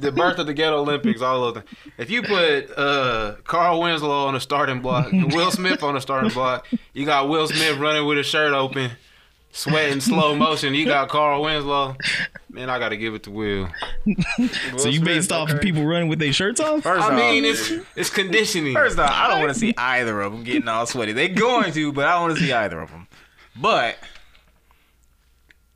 S4: the birth of the Ghetto Olympics, all of them. If you put uh, Carl Winslow on the starting block and Will Smith on the starting block, you got Will Smith running with his shirt open, sweating slow motion. You got Carl Winslow. Man, I got to give it to Will.
S3: so you based off of people running with their shirts off?
S2: First
S4: I mean,
S2: off,
S4: it's it's conditioning.
S1: First off, I don't want to see either of them getting all sweaty. They going to, but I don't want to see either of them. But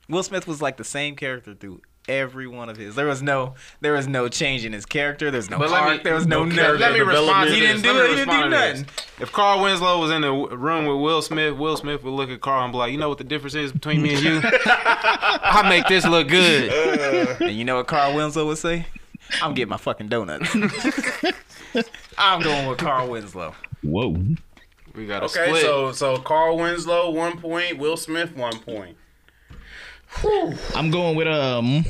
S1: Will Smith was like the same character through every one of his. There was no, there was no change in his character. There's no
S4: But let
S1: arc.
S4: me-
S1: there was no,
S2: no
S1: nerve.
S2: character
S4: Let me respond. To
S2: He
S1: didn't
S4: this.
S1: do
S4: Let me
S1: it. He didn't
S4: respond
S1: do
S4: to
S1: nothing.
S4: this. If Carl Winslow was in the w- room with Will Smith, Will Smith would look at Carl and be like, "You know what the difference is between me and you? I make this look good."
S1: And you know what Carl Winslow would say? I'm getting my fucking donuts. I'm going with Carl Winslow.
S3: Whoa.
S4: We got a
S2: okay,
S4: split.
S2: so so Carl Winslow one point, Will Smith one point.
S3: I'm going with um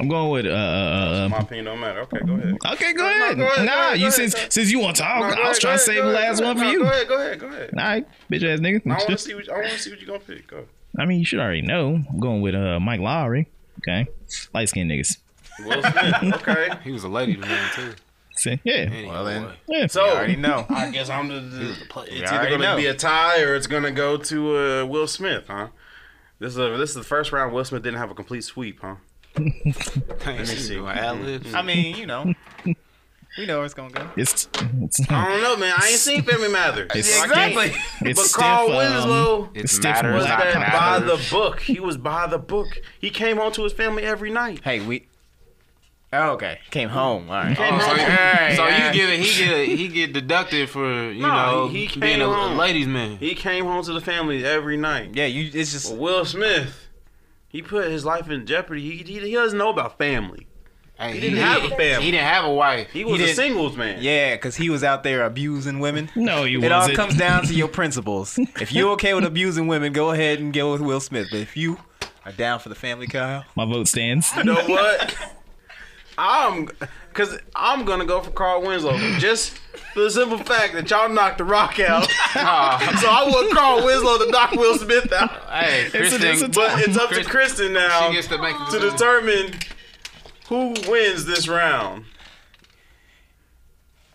S3: I'm going with uh, uh
S2: My opinion don't matter. Okay, go ahead.
S3: uh, Okay, go ahead.
S2: go ahead, go
S3: nah,
S2: ahead,
S3: you
S2: go
S3: since
S2: ahead.
S3: since you want to
S2: No,
S3: talk,
S2: go
S3: I was
S2: ahead,
S3: trying
S2: go
S3: to save
S2: ahead,
S3: the
S2: go
S3: last
S2: ahead.
S3: one for
S2: No,
S3: you.
S2: Go ahead, go ahead, go ahead.
S3: All right, bitch ass nigga.
S2: I want to see what I want to see what you're gonna pick. Go.
S3: I mean, you should already know. I'm going with uh Mike Lowry. Okay, light skinned niggas.
S2: Will Smith. (laughs) Okay.
S4: he was a lady to him too.
S3: See? Yeah,
S4: Anyway.
S1: Well then,
S3: yeah.
S2: So
S1: I already know.
S2: I guess I'm the. the it's either
S1: already
S2: gonna
S1: know.
S2: be a tie or it's gonna go to uh, Will Smith, huh? This is this is the first round. Will Smith didn't have a complete sweep, huh?
S4: Let me
S2: see.
S1: I mean, you know, we know where it's gonna go.
S3: it's it's
S2: I don't know, man. I ain't seen Family Matters.
S3: It's-
S2: I can't-
S1: Exactly.
S3: it's
S2: um, but
S3: stiff,
S2: Carl
S3: um,
S2: Winslow
S4: It's
S3: Stiff from
S4: matters,
S2: was
S3: Black
S4: not
S2: that by
S4: matters.
S2: the book. He was by the book. He came home to his family every night.
S1: Hey, we. Oh, okay, came home. All right.
S4: Oh, so,
S1: (laughs) Hey,
S4: so
S1: hey.
S4: you give it, he get he get deducted for you
S2: No,
S4: know
S2: he- he
S4: being
S2: came
S4: a, a
S2: home.
S4: ladies man.
S2: He came home to the family every night.
S1: Yeah, you. It's just.
S2: Will Smith, he put his life in jeopardy. He, he, he doesn't know about family.
S4: Hey,
S2: He didn't have a family.
S4: He didn't have a wife.
S2: He was a
S1: didn't-
S2: singles man.
S1: Yeah, because he was out there abusing women.
S3: no, you
S1: It all
S3: wasn't.
S1: comes down
S3: (laughs)
S1: to your principles. If you're okay with abusing women, go ahead and go with Will Smith. But if you are down for the family, Kyle,
S3: My vote stands.
S2: You know what? I'm, cause I'm gonna go for Carl Winslow just for the simple fact that y'all knocked the rock out. so I want Carl Winslow to knock Will Smith out.
S4: Hey,
S3: It's a-
S4: Kristen,
S3: it's a tie.
S2: But it's up
S4: Chris-
S2: to Kristen now
S4: she gets to make the
S2: to
S4: decision.
S2: determine who wins this round.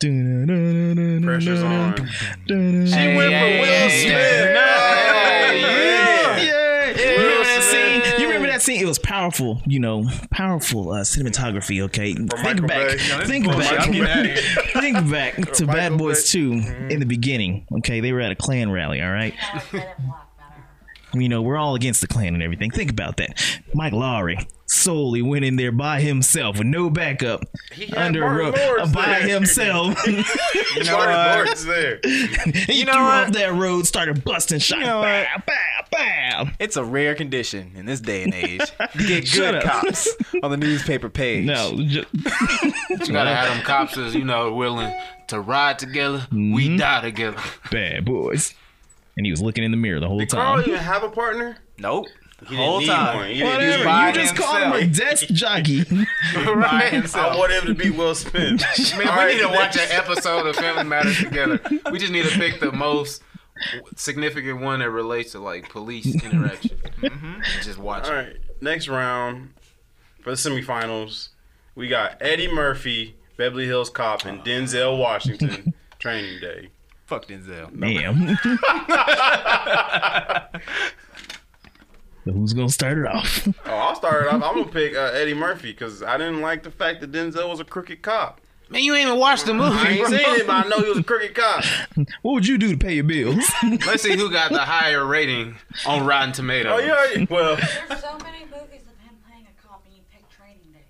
S2: Pressure's on. She
S3: Hey,
S2: went for
S4: hey,
S2: Will
S4: hey,
S2: Smith.
S4: hey,
S2: Yeah.
S3: You remember
S2: Will
S3: that
S2: Smith.
S3: scene? You remember that scene? It was powerful, you know, powerful uh, cinematography. Okay, think
S2: Michael
S3: back,
S2: Bay. No, this
S3: think
S2: is for
S3: back,
S2: Michael Bay.
S3: (laughs) think back to Bad
S2: Michael
S3: Boys
S2: Bay. Mm-hmm.
S3: Two in the beginning. Okay, they were at a Klan rally. All right,
S5: I like Men in Black better.
S3: you know, we're all against the Klan and everything. Think about that. Mike Lowry solely went in there by himself with no backup,
S2: He had
S3: under a
S2: Martin
S3: ro-
S2: Lawrence
S3: by
S2: there. (laughs)
S3: himself. (laughs) he
S2: You
S1: know what?
S2: there.
S3: threw
S1: know what?
S3: off that road, started busting shots.
S1: know
S3: bam,
S1: what?
S3: bam, bam.
S1: it's a rare condition in this day and age to get
S3: (laughs) Shut
S1: good
S3: up.
S1: cops on the newspaper page.
S3: No, ju-
S4: You gotta have them cops as you know willing to ride together.
S3: Mm-hmm.
S4: We die together.
S3: bad boys. And he was looking in the mirror the whole
S4: (laughs)
S2: Carl
S3: time.
S2: even have a partner?
S1: nope.
S2: He
S1: Whole
S2: need
S1: time.
S2: one. He didn't
S3: Whatever,
S2: need
S1: by
S2: one.
S3: you just called him a
S1: himself.
S2: (laughs)
S3: desk jockey.
S1: By
S2: I
S1: himself.
S2: want him to beat Will Smith. (laughs)
S4: Man,
S2: All
S4: we
S2: right,
S4: need to watch an
S2: next.
S4: episode of Family Matters together. We just need to pick the most significant one that relates to like police
S3: (laughs)
S4: interaction. Mm-hmm. And just watch.
S2: All right, next round for the semifinals, we got Eddie Murphy, Beverly Hills Cop, and Denzel (laughs) Washington. Training Day.
S1: Fuck Denzel.
S2: (laughs)
S3: Damn. So Who's gonna start it off?
S2: Oh, I'll start it off. I'm gonna pick uh, Eddie Murphy because I didn't like the fact that Denzel was a crooked cop.
S4: it. Man, you ain't even watched the movie.
S2: I ain't
S4: bro.
S2: seen it, but I know he was a crooked (laughs) cop.
S3: What would you do to pay your bills?
S4: (laughs) Let's see who got the higher rating on Rotten Tomatoes.
S2: Oh yeah, well,
S5: There's so many movies of him playing a cop and you pick Training Day.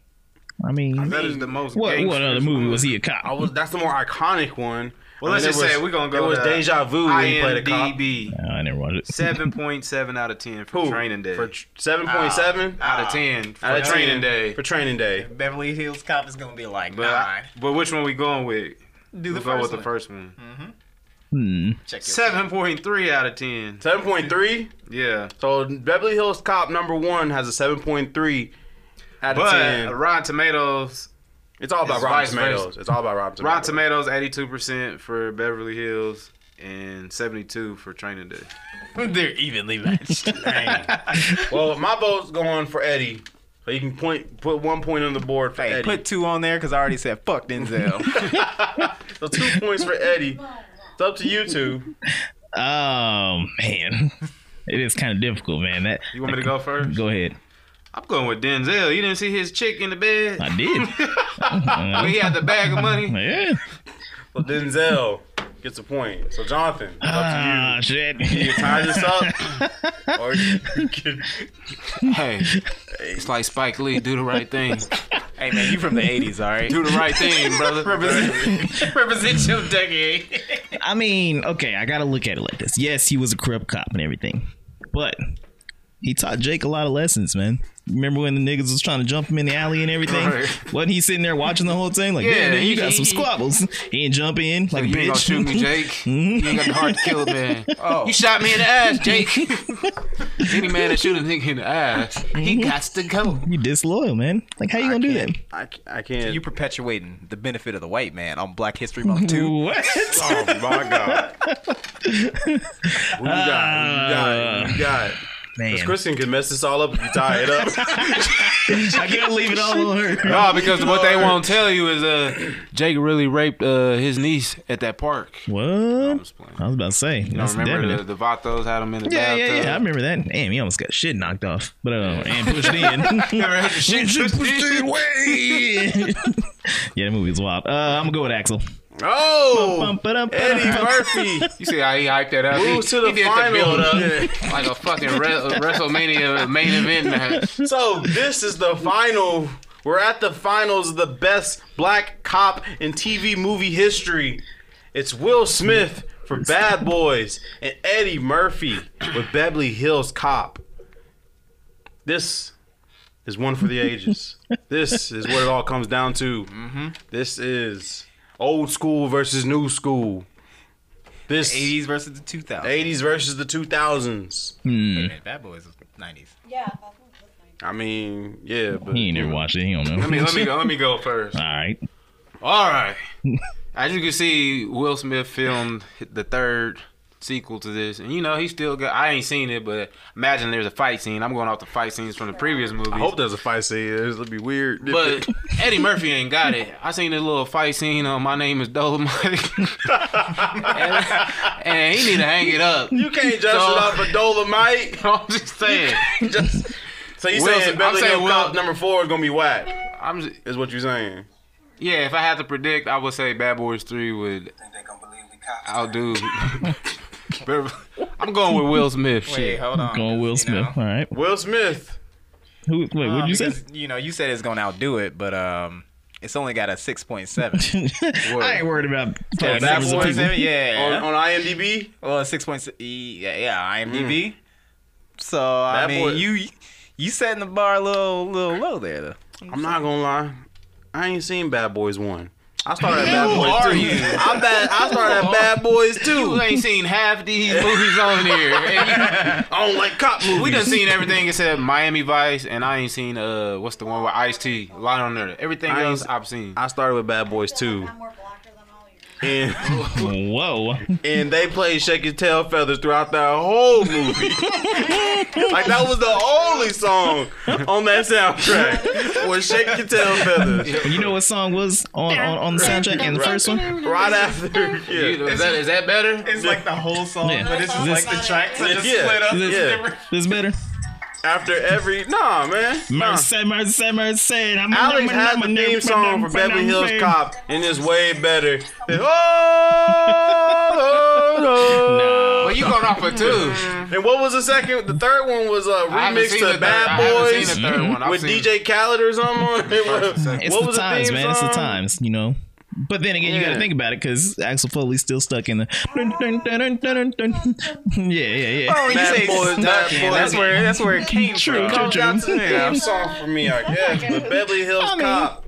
S3: I mean,
S4: That is the most.
S3: what what
S4: gangster
S3: other movie was he a
S2: I
S3: cop?
S2: was. That's the more iconic one.
S4: Well,
S2: I
S4: let's
S2: mean,
S4: just
S2: there
S4: say
S2: was-
S4: we're gonna
S2: There
S4: go
S2: was
S4: to
S2: Deja Vu when he played a cop.
S4: IMDb.
S3: I never watched it.
S4: Seven point seven out of ten for
S2: Who?
S4: Training Day.
S2: For seven point seven
S4: out of ten for
S2: Out of
S4: Training
S2: 10
S4: Day.
S2: For training day.
S1: Beverly Hills Cop is gonna be like
S4: But,
S1: nine.
S4: but which one we going with?
S1: Do the
S4: we'll go
S1: first
S4: with the
S1: one.
S4: first one.
S3: Hmm.
S1: Check your
S4: Seven point three out of ten.
S2: Seven point three.
S4: Yeah,
S2: So Beverly Hills Cop number one has a seven point three out of
S4: but
S2: ten.
S4: Rotten Tomatoes,
S2: It's all about
S4: it's
S2: Rotten
S4: vice versa.
S2: Tomatoes. It's all about Rotten Tomatoes.
S4: Rotten Tomatoes eighty two percent for Beverly Hills, and 72 for Training Day.
S1: (laughs) They're evenly (laughs) matched.
S2: Well, my vote's going for Eddie. So you can point put one point on the board for
S1: hey,
S2: Eddie.
S1: put two on there because I already said fuck Denzel.
S2: so
S4: (laughs)
S2: two points for Eddie. It's up to you two.
S3: Oh man, (laughs) it is kind of difficult, man. That
S4: You want me to go first?
S3: go ahead.
S4: I'm going with Denzel. You didn't see his chick in the bed?
S3: I
S4: (laughs)
S3: did. eh.
S4: When he had the bag of money?
S3: yeah.
S2: So Denzel gets a point. So Jonathan, it's
S3: Ah,
S2: up to you.
S3: shit.
S2: You can tie this up, or you can.
S4: Hey, it's like Spike Lee. Do the right thing.
S1: (laughs) hey man, you from the '80s, all right?
S4: Do the right thing, brother.
S1: (laughs) Represent your decade.
S3: (laughs) I mean, okay, I gotta look at it like this. Yes, he was a corrupt cop and everything, but he taught Jake a lot of lessons, man. Remember when the niggas was trying to jump him in the alley and everything?
S4: Right.
S3: Wasn't he sitting there watching the whole thing? Like,
S4: Yeah,
S3: yeah, you
S4: he-
S3: got some
S4: he-
S3: squabbles. He didn't jump in like a
S4: You ain't
S3: bitch.
S4: gonna shoot
S3: (laughs)
S4: me,
S3: Mm-hmm.
S4: Jake. You ain't got the heart to kill a man. Oh. You shot me in the ass, (laughs) Jake. Any man that shoot a nigga in the ass,
S3: Mm-hmm.
S4: he got to go.
S3: You disloyal, man. Like, how you gonna do that?
S2: I, I can't.
S1: You perpetuating the benefit of the white man on Black History Month
S3: (laughs)
S1: too.
S4: (laughs)
S3: What?
S2: oh my god. Who you got? Who you got? Who you got?
S3: Man,
S2: Because Kristen can mess this all up if you tie it up.
S3: I gotta leave it all on her.
S4: No, because what they won't tell you is uh, Jake really raped uh, his niece at that park.
S3: (laughs)
S4: I'm
S3: What?
S4: just playing.
S3: I was about to say.
S4: You know,
S3: that's
S4: remember
S3: definite.
S4: the, the Vatos had him in the uh,
S3: Yeah,
S4: bathtub?
S3: yeah, yeah. I remember that. Damn, he almost got shit knocked off, but uh, and pushed
S4: (laughs)
S3: in. (laughs)
S4: Shit, shit, shit.
S3: yeah, that movie was wild. Uh, I'm gonna go with Axel.
S2: oh,
S3: Bum, ba-dum,
S2: Eddie
S3: ba-dum.
S2: Murphy
S4: You see how he hyped that up?
S2: move
S4: he,
S2: to the
S4: he did the
S2: final.
S4: build up
S2: (laughs) Yeah.
S4: like a fucking re- (laughs) a WrestleMania main event (laughs) match.
S2: So this is the final. We're at the finals of the best black cop in TV movie history. It's Will Smith for Bad Boys and Eddie Murphy with Beverly Hills Cop. This is one for the ages. This is what it all comes down to. This is old school versus new school. This
S1: '80s versus the 2000s.
S2: 80s versus the 2000s.
S3: Hmm,
S1: Wait a minute, Bad Boys was '90s.
S5: Yeah, that's what it was like.
S2: I mean, yeah, but
S3: He ain't never watched it. He don't know.
S4: Let me let me go, let me go
S3: (laughs)
S4: first.
S3: All right.
S4: All right. As you can see, Will Smith filmed the third sequel to this, and you know he still got. I ain't seen it, but imagine there's a fight scene. I'm going off the fight scenes from the previous movie.
S2: I hope there's a fight scene. It'll be weird. (laughs)
S4: But Eddie Murphy ain't got it. I seen this little fight scene on My Name Is Dolomite, (laughs) and, and he need to hang it up.
S2: You can't judge
S4: So-
S2: it off of Dolomite.
S4: (laughs) I'm just saying.
S2: Just, (laughs) so you
S4: Wilson-
S2: saying
S4: I'm
S2: Beverly
S4: saying
S2: Hill Cop
S4: Wil-
S2: number four is gonna be whack?
S4: I'm just,
S2: Is what you're saying?
S4: yeah. If I had to predict, I would say Bad Boys Three would
S6: think they gonna believe we cops.
S4: outdo. (laughs) I'm going with Will Smith. shit.
S1: hold on.
S3: Going Will Smith. All right.
S2: Will Smith.
S3: Who? Wait,
S4: Uh,
S3: what'd you say?
S1: Um, You know, you said it's gonna outdo it, but um, it's only got a
S3: (laughs)
S1: 6.7.
S3: I ain't worried about
S1: Yeah,
S4: Oh,
S3: fucking numbers of people.
S1: yeah.
S2: On, on IMDb,
S1: well, a 6.6. Yeah, yeah, IMDb. So I
S2: That
S1: mean,
S2: Mm. boy-
S1: you you setting the bar a little little low there. Though.
S2: I'm not gonna lie, I ain't seen Bad Boys one. I started at Bad
S4: Who
S2: Boys
S4: are
S2: two.
S4: you?
S2: I bad, I started at Bad Boys
S4: You
S2: two.
S4: ain't seen half these movies
S2: (laughs)
S4: on here. And
S2: I don't like cop
S4: you-
S2: movies.
S4: we done seen everything except Miami Vice, and I ain't seen uh what's the one with Ice T, Light on Earth. Everything
S2: I ain't-
S4: else I've seen.
S2: I started with Bad Boys two,
S5: I'm more blacker than all you.
S2: and
S3: Whoa.
S2: and they played Shake Your Tail Feathers throughout that whole movie. like that was the only song on that soundtrack was Shake Your Tail Feathers.
S3: You know what song was on, on, on the soundtrack in the first one?
S2: Right after,
S4: You-
S2: yeah.
S4: is, that, is that better?
S1: It's like the whole song,
S3: Yeah.
S5: but it's just like the tracks are
S2: just Yeah. split up.
S3: This,
S2: Yeah.
S3: this better?
S2: After every, nah, man. Nah.
S3: Mercy, mercy, mercy. I'm
S2: Alex has the theme song for Beverly Hills Cop, and it's way better. than Oh, no, no.
S4: Well, you going off for two.
S2: And what was the second? The third one was a
S4: I haven't
S2: remix
S4: seen
S2: to
S4: the
S2: Bad
S4: third- I haven't
S2: Boys
S4: seen the third one. I've
S2: with
S4: seen-
S2: DJ Khaled or something. (laughs) on it. what
S3: It's
S2: what
S3: the
S2: was
S3: times,
S2: the theme
S3: man. It's the
S2: song?
S3: times, you know. But then again, you got
S2: Yeah.
S3: to think about it because Axel Foley's still stuck in the. Dun, dun, dun, dun, dun, dun, dun. (laughs) Yeah, yeah, yeah.
S1: Oh, you
S2: Bad
S1: say
S2: boys,
S1: stuck
S2: bad
S1: in.
S2: boys.
S1: That's where that's where it
S2: (laughs)
S1: came
S3: True,
S1: from.
S3: true,
S2: Comes down
S3: true.
S2: to the damn song for me, I guess. But Beverly Hills
S3: I mean-
S2: Cop.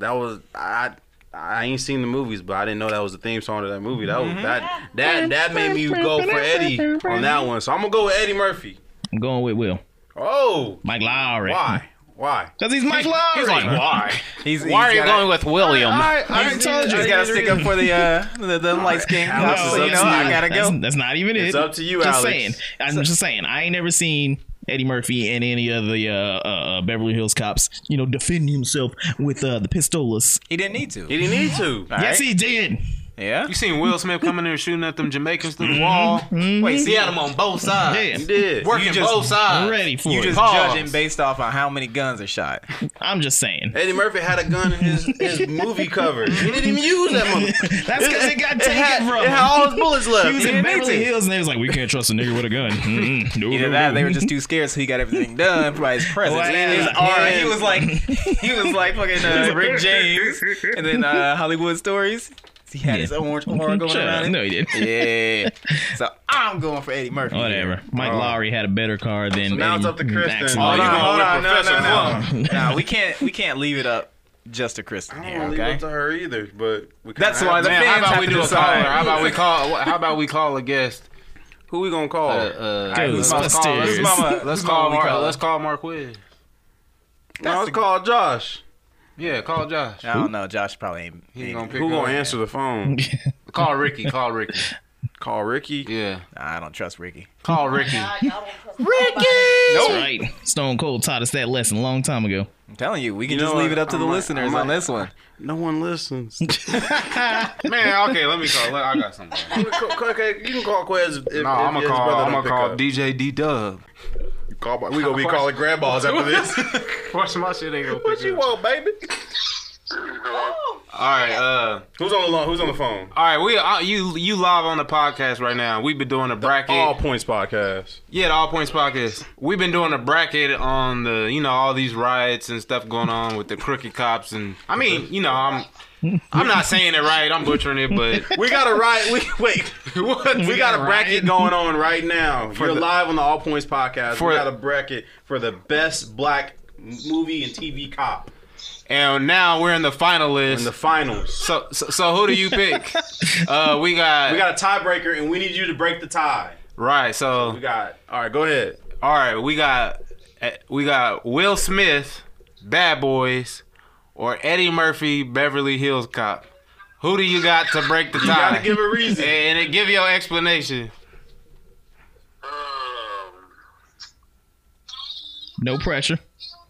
S2: That was I. I ain't seen the movies, but I didn't know that was the theme song to that movie. That was that that that made me go for Eddie on that one. So I'm gonna go with Eddie Murphy.
S3: I'm going with Will.
S2: Oh,
S3: Mike Lowry.
S2: why? Why?
S3: Because he's Mike Lowry.
S4: He's like, why?
S1: He's,
S4: Why are you
S1: he's
S4: going with William?
S1: I,
S3: I already told you.
S1: He's got to stick up for the uh, the, the light skin.
S2: Alex
S1: So,
S2: is up
S1: you know,
S2: to
S1: I
S2: you.
S1: gotta
S3: that's,
S1: go.
S3: that's not even it.
S2: It's up to you,
S3: just
S2: Alex.
S3: Saying, I'm just saying. I ain't never seen Eddie Murphy and any of the uh, uh, Beverly Hills cops, you know, defend himself with uh, the pistolas.
S1: He didn't need to.
S2: He didn't need
S1: (laughs)
S2: to.
S3: Yes, he did.
S1: Yeah.
S4: You seen Will Smith coming there shooting at them Jamaicans
S2: Mm-hmm.
S4: through the wall? Wait, see, he had them on both sides.
S3: Yeah,
S2: He did.
S4: Working
S1: just-
S4: both sides.
S3: I'm ready for
S1: You
S3: it.
S1: just
S4: Pause.
S1: judging based off on how many guns are shot.
S3: I'm just saying.
S2: Eddie Murphy had a gun in his, his movie cover. He didn't even use that
S1: (laughs)
S2: motherfucker.
S3: (laughs) That's because it got taken
S2: had,
S3: from.
S2: it had all his bullets left.
S3: he was in
S1: didn't need
S3: Beverly
S1: to.
S3: Hills, and they was like, "We can't trust a nigga with a gun." Mm-mm. No,
S1: Either
S3: no,
S1: that,
S3: no.
S1: or they were just (laughs) too scared, so he got everything done by
S2: (laughs)
S1: his presence.
S3: Wow.
S1: His arm, he was like, he was like fucking uh,
S2: (laughs)
S1: Rick James, and then uh, Hollywood Stories. He had his orange aura going
S3: Shut up.
S1: around.
S3: No,
S1: it.
S3: he didn't. (laughs)
S1: Yeah. So I'm going for Eddie Murphy.
S3: Whatever. Mike Lowry had a better car than.
S2: So now it's
S3: Eddie
S2: up to Kristen.
S3: Axel.
S2: Oh,
S1: Hold
S2: you
S1: on,
S2: gonna
S1: hold
S2: win
S1: on, no,
S2: Professor
S1: no, no, no. We can't, we can't leave it up just to Kristen
S2: I
S1: here.
S2: don't leave
S1: Okay.
S2: it to her either, but we kinda
S1: That's
S2: have
S1: why
S2: to.
S1: the
S4: Man,
S1: fans
S4: how about
S1: have
S4: we
S1: to
S4: do a caller?
S1: decide.
S4: How about we call? How about we call a guest?
S2: who we gonna call?
S4: Uh, uh,
S3: Dude,
S4: let's, let's call, let's,
S3: Ghostbusters.
S1: Mama,
S4: let's call
S1: Mama
S4: Mar-
S1: Marla.
S4: Let's call Marquez.
S2: no, let's call Josh.
S4: Yeah, call Josh.
S1: I don't know. Josh probably ain't.
S4: He ain't gonna pick
S2: Who
S4: up.
S2: gonna answer the phone?
S4: Call Ricky. Call Ricky.
S2: call Ricky.
S4: Yeah,
S1: I don't trust Ricky.
S4: call Ricky.
S5: God, y'all don't trust nobody.
S3: That's right. Stone Cold taught us that lesson a long time ago.
S1: I'm telling you, we can
S2: You know
S1: just leave
S2: what?
S1: it up to
S2: I
S1: the
S2: might- I
S1: listeners on
S2: might-
S1: this one.
S2: No one (laughs) listens.
S4: Man, okay, let me call. Let- I got something.
S2: you can call Quez. If,
S4: No, I'm gonna call. I'm gonna call DJ D Dub.
S2: Call my, we gonna be calling grandmas after this.
S4: Watch my shit ain't
S2: (laughs)
S4: gonna
S2: what you want, baby?
S4: All right, uh,
S2: Who's on the line? Who's on the phone?
S4: all right. We uh, you you live on the podcast right now. We've been doing a bracket.
S2: All Points Podcast.
S4: Yeah, the All Points Podcast. We've been doing a bracket on the, you know, all these riots and stuff going on with the crooked cops, and I mean, you know, I'm, I'm not saying it right. I'm butchering it, but
S2: We got a right. We (laughs) wait.
S4: what?
S2: We got a bracket going on right now. (laughs) You're
S4: the-
S2: live on the All Points Podcast.
S4: For-
S2: we got a bracket for the best black movie and TV cop
S4: and now we're in the finalists.
S2: in the finals.
S4: so, so, so who do you pick?
S2: (laughs)
S4: uh, we got,
S2: We got a tiebreaker, and we need you to break the tie.
S4: right.
S2: We
S4: So,
S2: got. All right, go ahead.
S4: all right, we got, eh, we got Will Smith, Bad Boys, or Eddie Murphy, Beverly Hills Cop. Who do you got to break the tie?
S2: You gotta give a reason.
S4: and it give your explanation.
S6: Um,
S3: No pressure.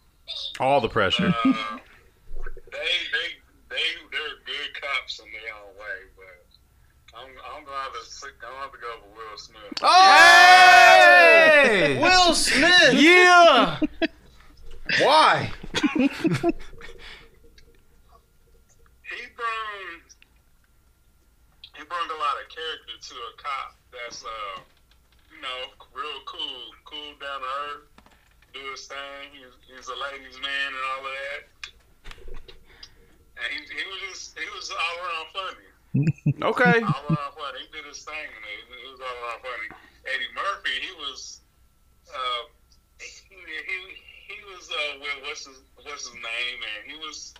S2: (laughs) All the pressure.
S6: they they they they're good cops in their own way, but I'm I'm gonna have to stick- I'm gonna have to go with Will Smith.
S4: Hey!
S2: Will Smith.
S4: Yeah.
S2: Why?
S6: He brings he brings a lot of character to a cop that's uh you know real cool, cool down to earth, do his thing. He's he's a ladies man and all of that. And he, he was just he was all around funny.
S2: Okay.
S6: all around funny. He did his thing, and it, it was all around funny. Eddie Murphy, he was, uh, he, he he was uh, with what's his what's his name, and he was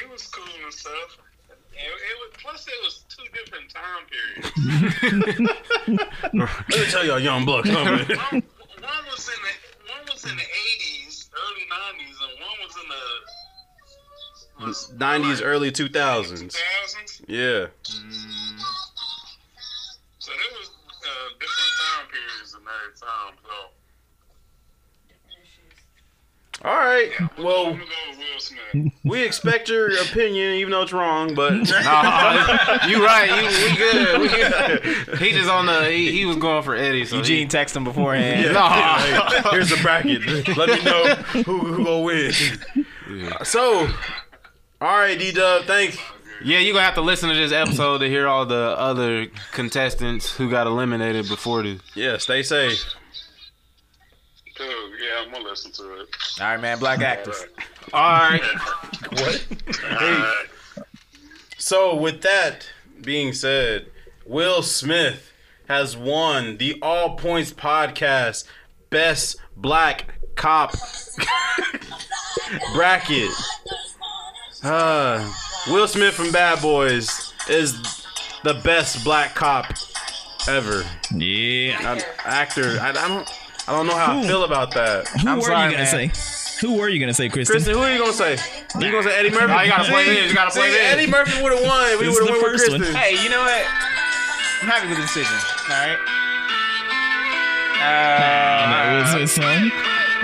S6: he was cool and stuff. And it was, plus, it was two different time periods.
S2: Let me tell y'all, young buck something.
S6: one, one was in the one was in the eighties, early nineties, and one was in the was
S2: (laughs) Nineties, early two thousands.
S6: 2000s.
S2: Yeah.
S6: So there was uh, different time periods in that time. So
S2: All right.
S6: I'm
S2: Well,
S6: gonna go with Will Smith.
S2: we expect your opinion, even though it's wrong. (laughs) But
S4: Nah, Uh, you right. You, we good. We good. He just on the. He, he was going for Eddie. So
S1: Eugene texted him
S2: (laughs)
S1: beforehand.
S4: Nah.
S2: here's the bracket. Let me know who who gonna win. So, all right, D Dub. Thanks.
S4: He, yeah, you gonna have to listen to this episode to hear all the other contestants who got eliminated before this.
S2: Yeah. Stay safe.
S6: Cool. Yeah, I'm gonna listen to it.
S1: All right, man. Black actors.
S4: All right.
S2: What?
S6: Uh,
S2: So, with that being said, Will Smith has won the All Points Podcast Best Black Cop (laughs) bracket. Uh, Will Smith from Bad Boys is the best black cop ever.
S3: Yeah.
S2: An actor. I, I don't. I don't know how I feel about that.
S3: Who
S1: I'm
S3: were
S1: sorry,
S3: you gonna
S1: man.
S3: say? Who were you gonna say, Kristen?
S2: Kristen, who are you gonna say? You gonna say Eddie Murphy?
S4: Now you gotta play this. You gotta
S2: See,
S4: play this.
S2: Eddie Murphy would have won. We
S3: This is
S2: would have
S3: the
S2: won with
S3: first one.
S2: Kristen.
S1: Hey, you know what? I'm happy with the decision. All right. Uh,
S3: That was his song.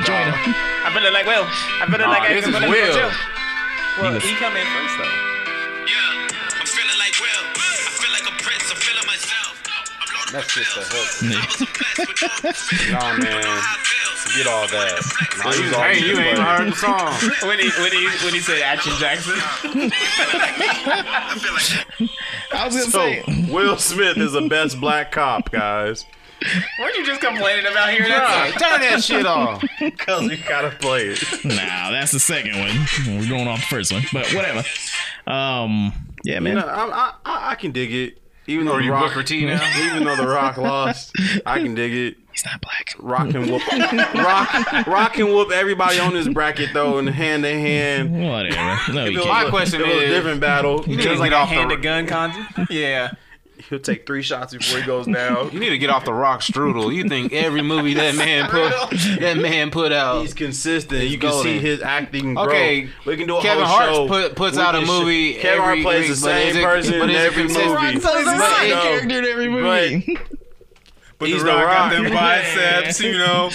S3: Join him.
S1: I feel like well. I feel
S4: Nah,
S1: like I
S4: this
S1: can
S4: is
S1: put it
S4: Will.
S1: Joe. Well,
S3: was-
S1: he come in first though.
S7: Yeah, I'm feeling like Will. I feel like a prince. I'm feeling myself. I'm Lord of
S4: That's just a
S7: I
S4: hook.
S7: was impressed with all the feels.
S2: Nah, man,
S7: How it feels.
S2: get all that. Nah,
S4: You,
S2: you was all
S4: hey, you ain't
S2: play.
S4: heard the song.
S1: When he when he when he said Action (laughs) Jackson.
S7: I feel like
S3: I was gonna say.
S2: So, (laughs) Will Smith is the best black cop, guys.
S1: Weren't you just complaining about hearing
S4: Bruh,
S1: that?
S4: turn that shit off.
S2: Cause you gotta play it.
S3: Nah, that's the second one. We're going off the first one, but whatever. Um, yeah, man.
S2: No, I, I- I, I can dig it. Even though
S4: Or you
S2: Rock,
S4: Booker T (laughs) now.
S2: even though the Rock lost, I can dig it.
S3: He's not black.
S2: Rock and whoop, rock, rock and whoop everybody on this bracket though, in hand to hand.
S3: (laughs) Whatever. No, you
S4: My
S3: can't.
S4: question
S2: It was a
S4: is,
S2: different battle.
S4: You
S1: Just like
S4: need to get
S1: a
S4: off the-
S1: hand to gun contest. (laughs) Yeah.
S2: He'll take three shots before he goes down.
S4: you need to get off the rock strudel. You think every movie that man put that man put
S2: (laughs)
S4: out.
S2: He's consistent. You can see
S4: golden.
S2: his acting.
S4: Okay,
S2: growth. we can do a
S4: Kevin
S2: whole
S4: Hart
S2: show.
S4: put, puts
S2: We
S4: out a
S2: can sh-
S4: movie.
S2: Kevin Hart
S4: every
S2: plays
S4: week,
S2: the
S4: but is
S2: same
S4: it-
S2: person
S4: but
S2: in
S4: is it
S2: every
S4: consistent?
S2: movie.
S3: He's the
S2: But,
S3: same
S2: no,
S3: character in every
S2: but-
S3: movie.
S1: But
S2: He's The Rock.
S1: biceps, you
S4: (laughs)
S1: know.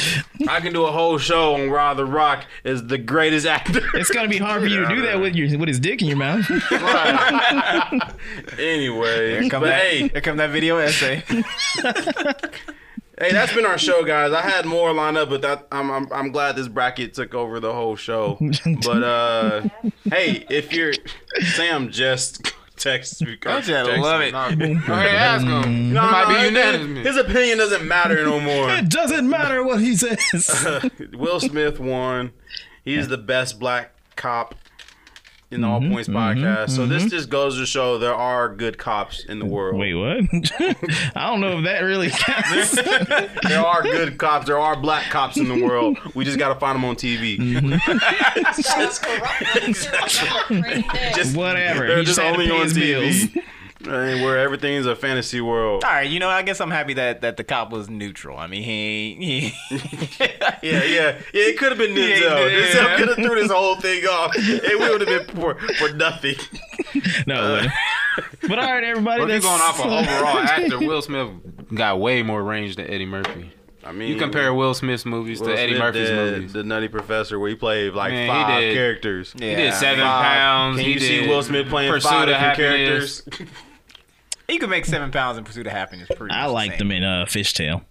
S2: I can do a whole show on Rod the Rock is the greatest actor.
S3: (laughs) It's gonna be hard for you to do that with your with his dick in your mouth.
S2: (laughs) anyway, but
S1: Come that,
S2: hey,
S1: here come that video essay. (laughs)
S2: hey, that's been our show, guys. I had more lined up, but that, I'm, I'm I'm glad this bracket took over the whole show. But uh, hey, if you're Sam, just (laughs) text me.
S1: I
S2: Don't
S1: love it.
S4: Go ahead, ask him.
S2: No,
S4: might
S2: no,
S4: be
S2: his-
S4: unanimous.
S2: His opinion doesn't matter no more.
S3: (laughs)
S2: Uh,
S3: it (laughs) doesn't matter what he says.
S2: Will Smith won. He's the best black cop in the All Points podcast. So this just goes to show there are good cops in the world.
S3: (laughs) Wait, what? (laughs) I don't know if that really (laughs) counts.
S2: There are good cops. There are black cops in the world. We just gotta find them on TV.
S5: That's corrupt. (laughs)
S2: Just
S3: Whatever.
S2: They're
S3: He
S2: just
S3: just had to
S2: only
S3: pay
S2: on
S3: his
S2: TV. (laughs) Right, where everything's a fantasy world.
S4: Ah.
S1: All right, you know, I guess I'm happy that, that the cop was neutral. I mean, he, (laughs) he
S2: Yeah, yeah, yeah. It could have
S4: (laughs)
S2: been Denzel.
S1: Yeah, yeah.
S2: Denzel could have threw this whole thing off, and we would have been for for nothing.
S3: No. (laughs) it wouldn't. But all right, everybody.
S4: If you're
S3: that's-
S4: going off an
S3: (laughs)
S4: overall actor, Will Smith got way more range than Eddie Murphy.
S2: (laughs) I mean,
S4: You compare Will Smith's movies
S2: Will
S4: to Eddie
S2: Smith
S4: Murphy's
S2: did
S4: movies.
S2: The Nutty Professor, where he played like
S4: Man, he
S2: five
S4: did.
S2: characters.
S4: He
S1: Yeah.
S4: did seven
S2: Five.
S4: pounds.
S2: Can
S4: he
S2: you
S4: did
S2: see Will Smith playing
S4: Pursuit
S2: five
S4: of
S2: different
S4: Happiness.
S2: characters?
S4: (laughs)
S1: he could make seven pounds in pursuit of happiness. Pretty
S3: I
S1: much the
S3: liked
S1: same.
S3: him in uh, Fishtail.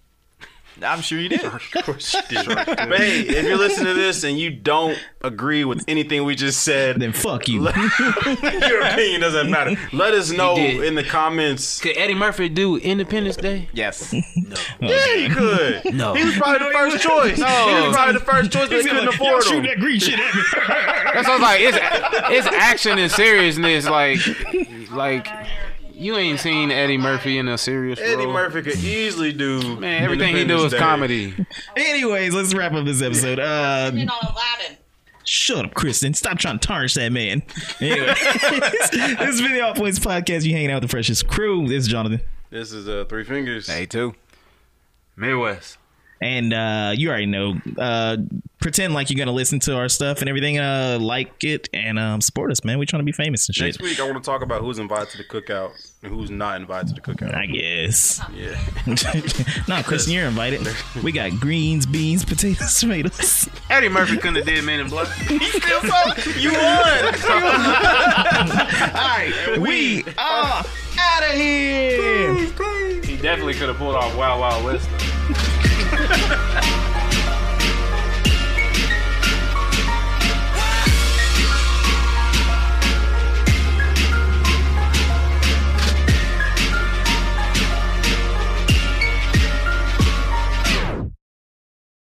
S1: I'm sure he did.
S2: but hey, if you're listening to this and you don't agree with anything we just said,
S4: (laughs)
S3: Then
S2: (laughs)
S3: fuck you.
S2: your opinion doesn't matter. Let us know
S4: did.
S2: in the comments.
S4: Could Eddie Murphy do Independence Day?
S1: yes.
S2: Yeah, he could. (laughs) No. He was probably the first choice. He was probably the first choice, but they couldn't
S3: Like,
S2: afford
S3: Y'all shoot
S2: him.
S3: that green shit
S2: (laughs)
S3: at me.
S4: That's what I was like. It's it's action and seriousness. Like like you ain't seen Eddie Murphy in a serious
S2: Eddie
S4: role.
S2: Murphy could easily do
S4: Man, everything he
S2: Independence
S4: do is
S2: Day.
S4: comedy.
S3: Anyways, let's wrap up this episode. Uh,
S5: on Aladdin.
S3: Shut up, Kristen. Stop trying to tarnish that man. Anyway, (laughs) this is the All Points Podcast. You hanging out with the freshest crew. This is Jonathan.
S2: This is uh, Three Fingers.
S1: Hey, too.
S4: Midwest.
S3: And uh, you already know. Uh, pretend like you're gonna listen to our stuff and everything. Uh, like it and um, support us, man. we trying to be famous and shit.
S2: Next week, I want to talk about who's invited to the cookout and who's not invited to the cookout.
S3: I guess. (laughs)
S2: Yeah.
S3: no, Kristen,
S2: (laughs)
S3: you're invited. We got greens, beans, potatoes, tomatoes.
S4: Eddie Murphy couldn't have did Men in Black. (laughs)
S2: you won.
S3: we are out of here.
S4: He definitely could have pulled off Wild Wild West. though.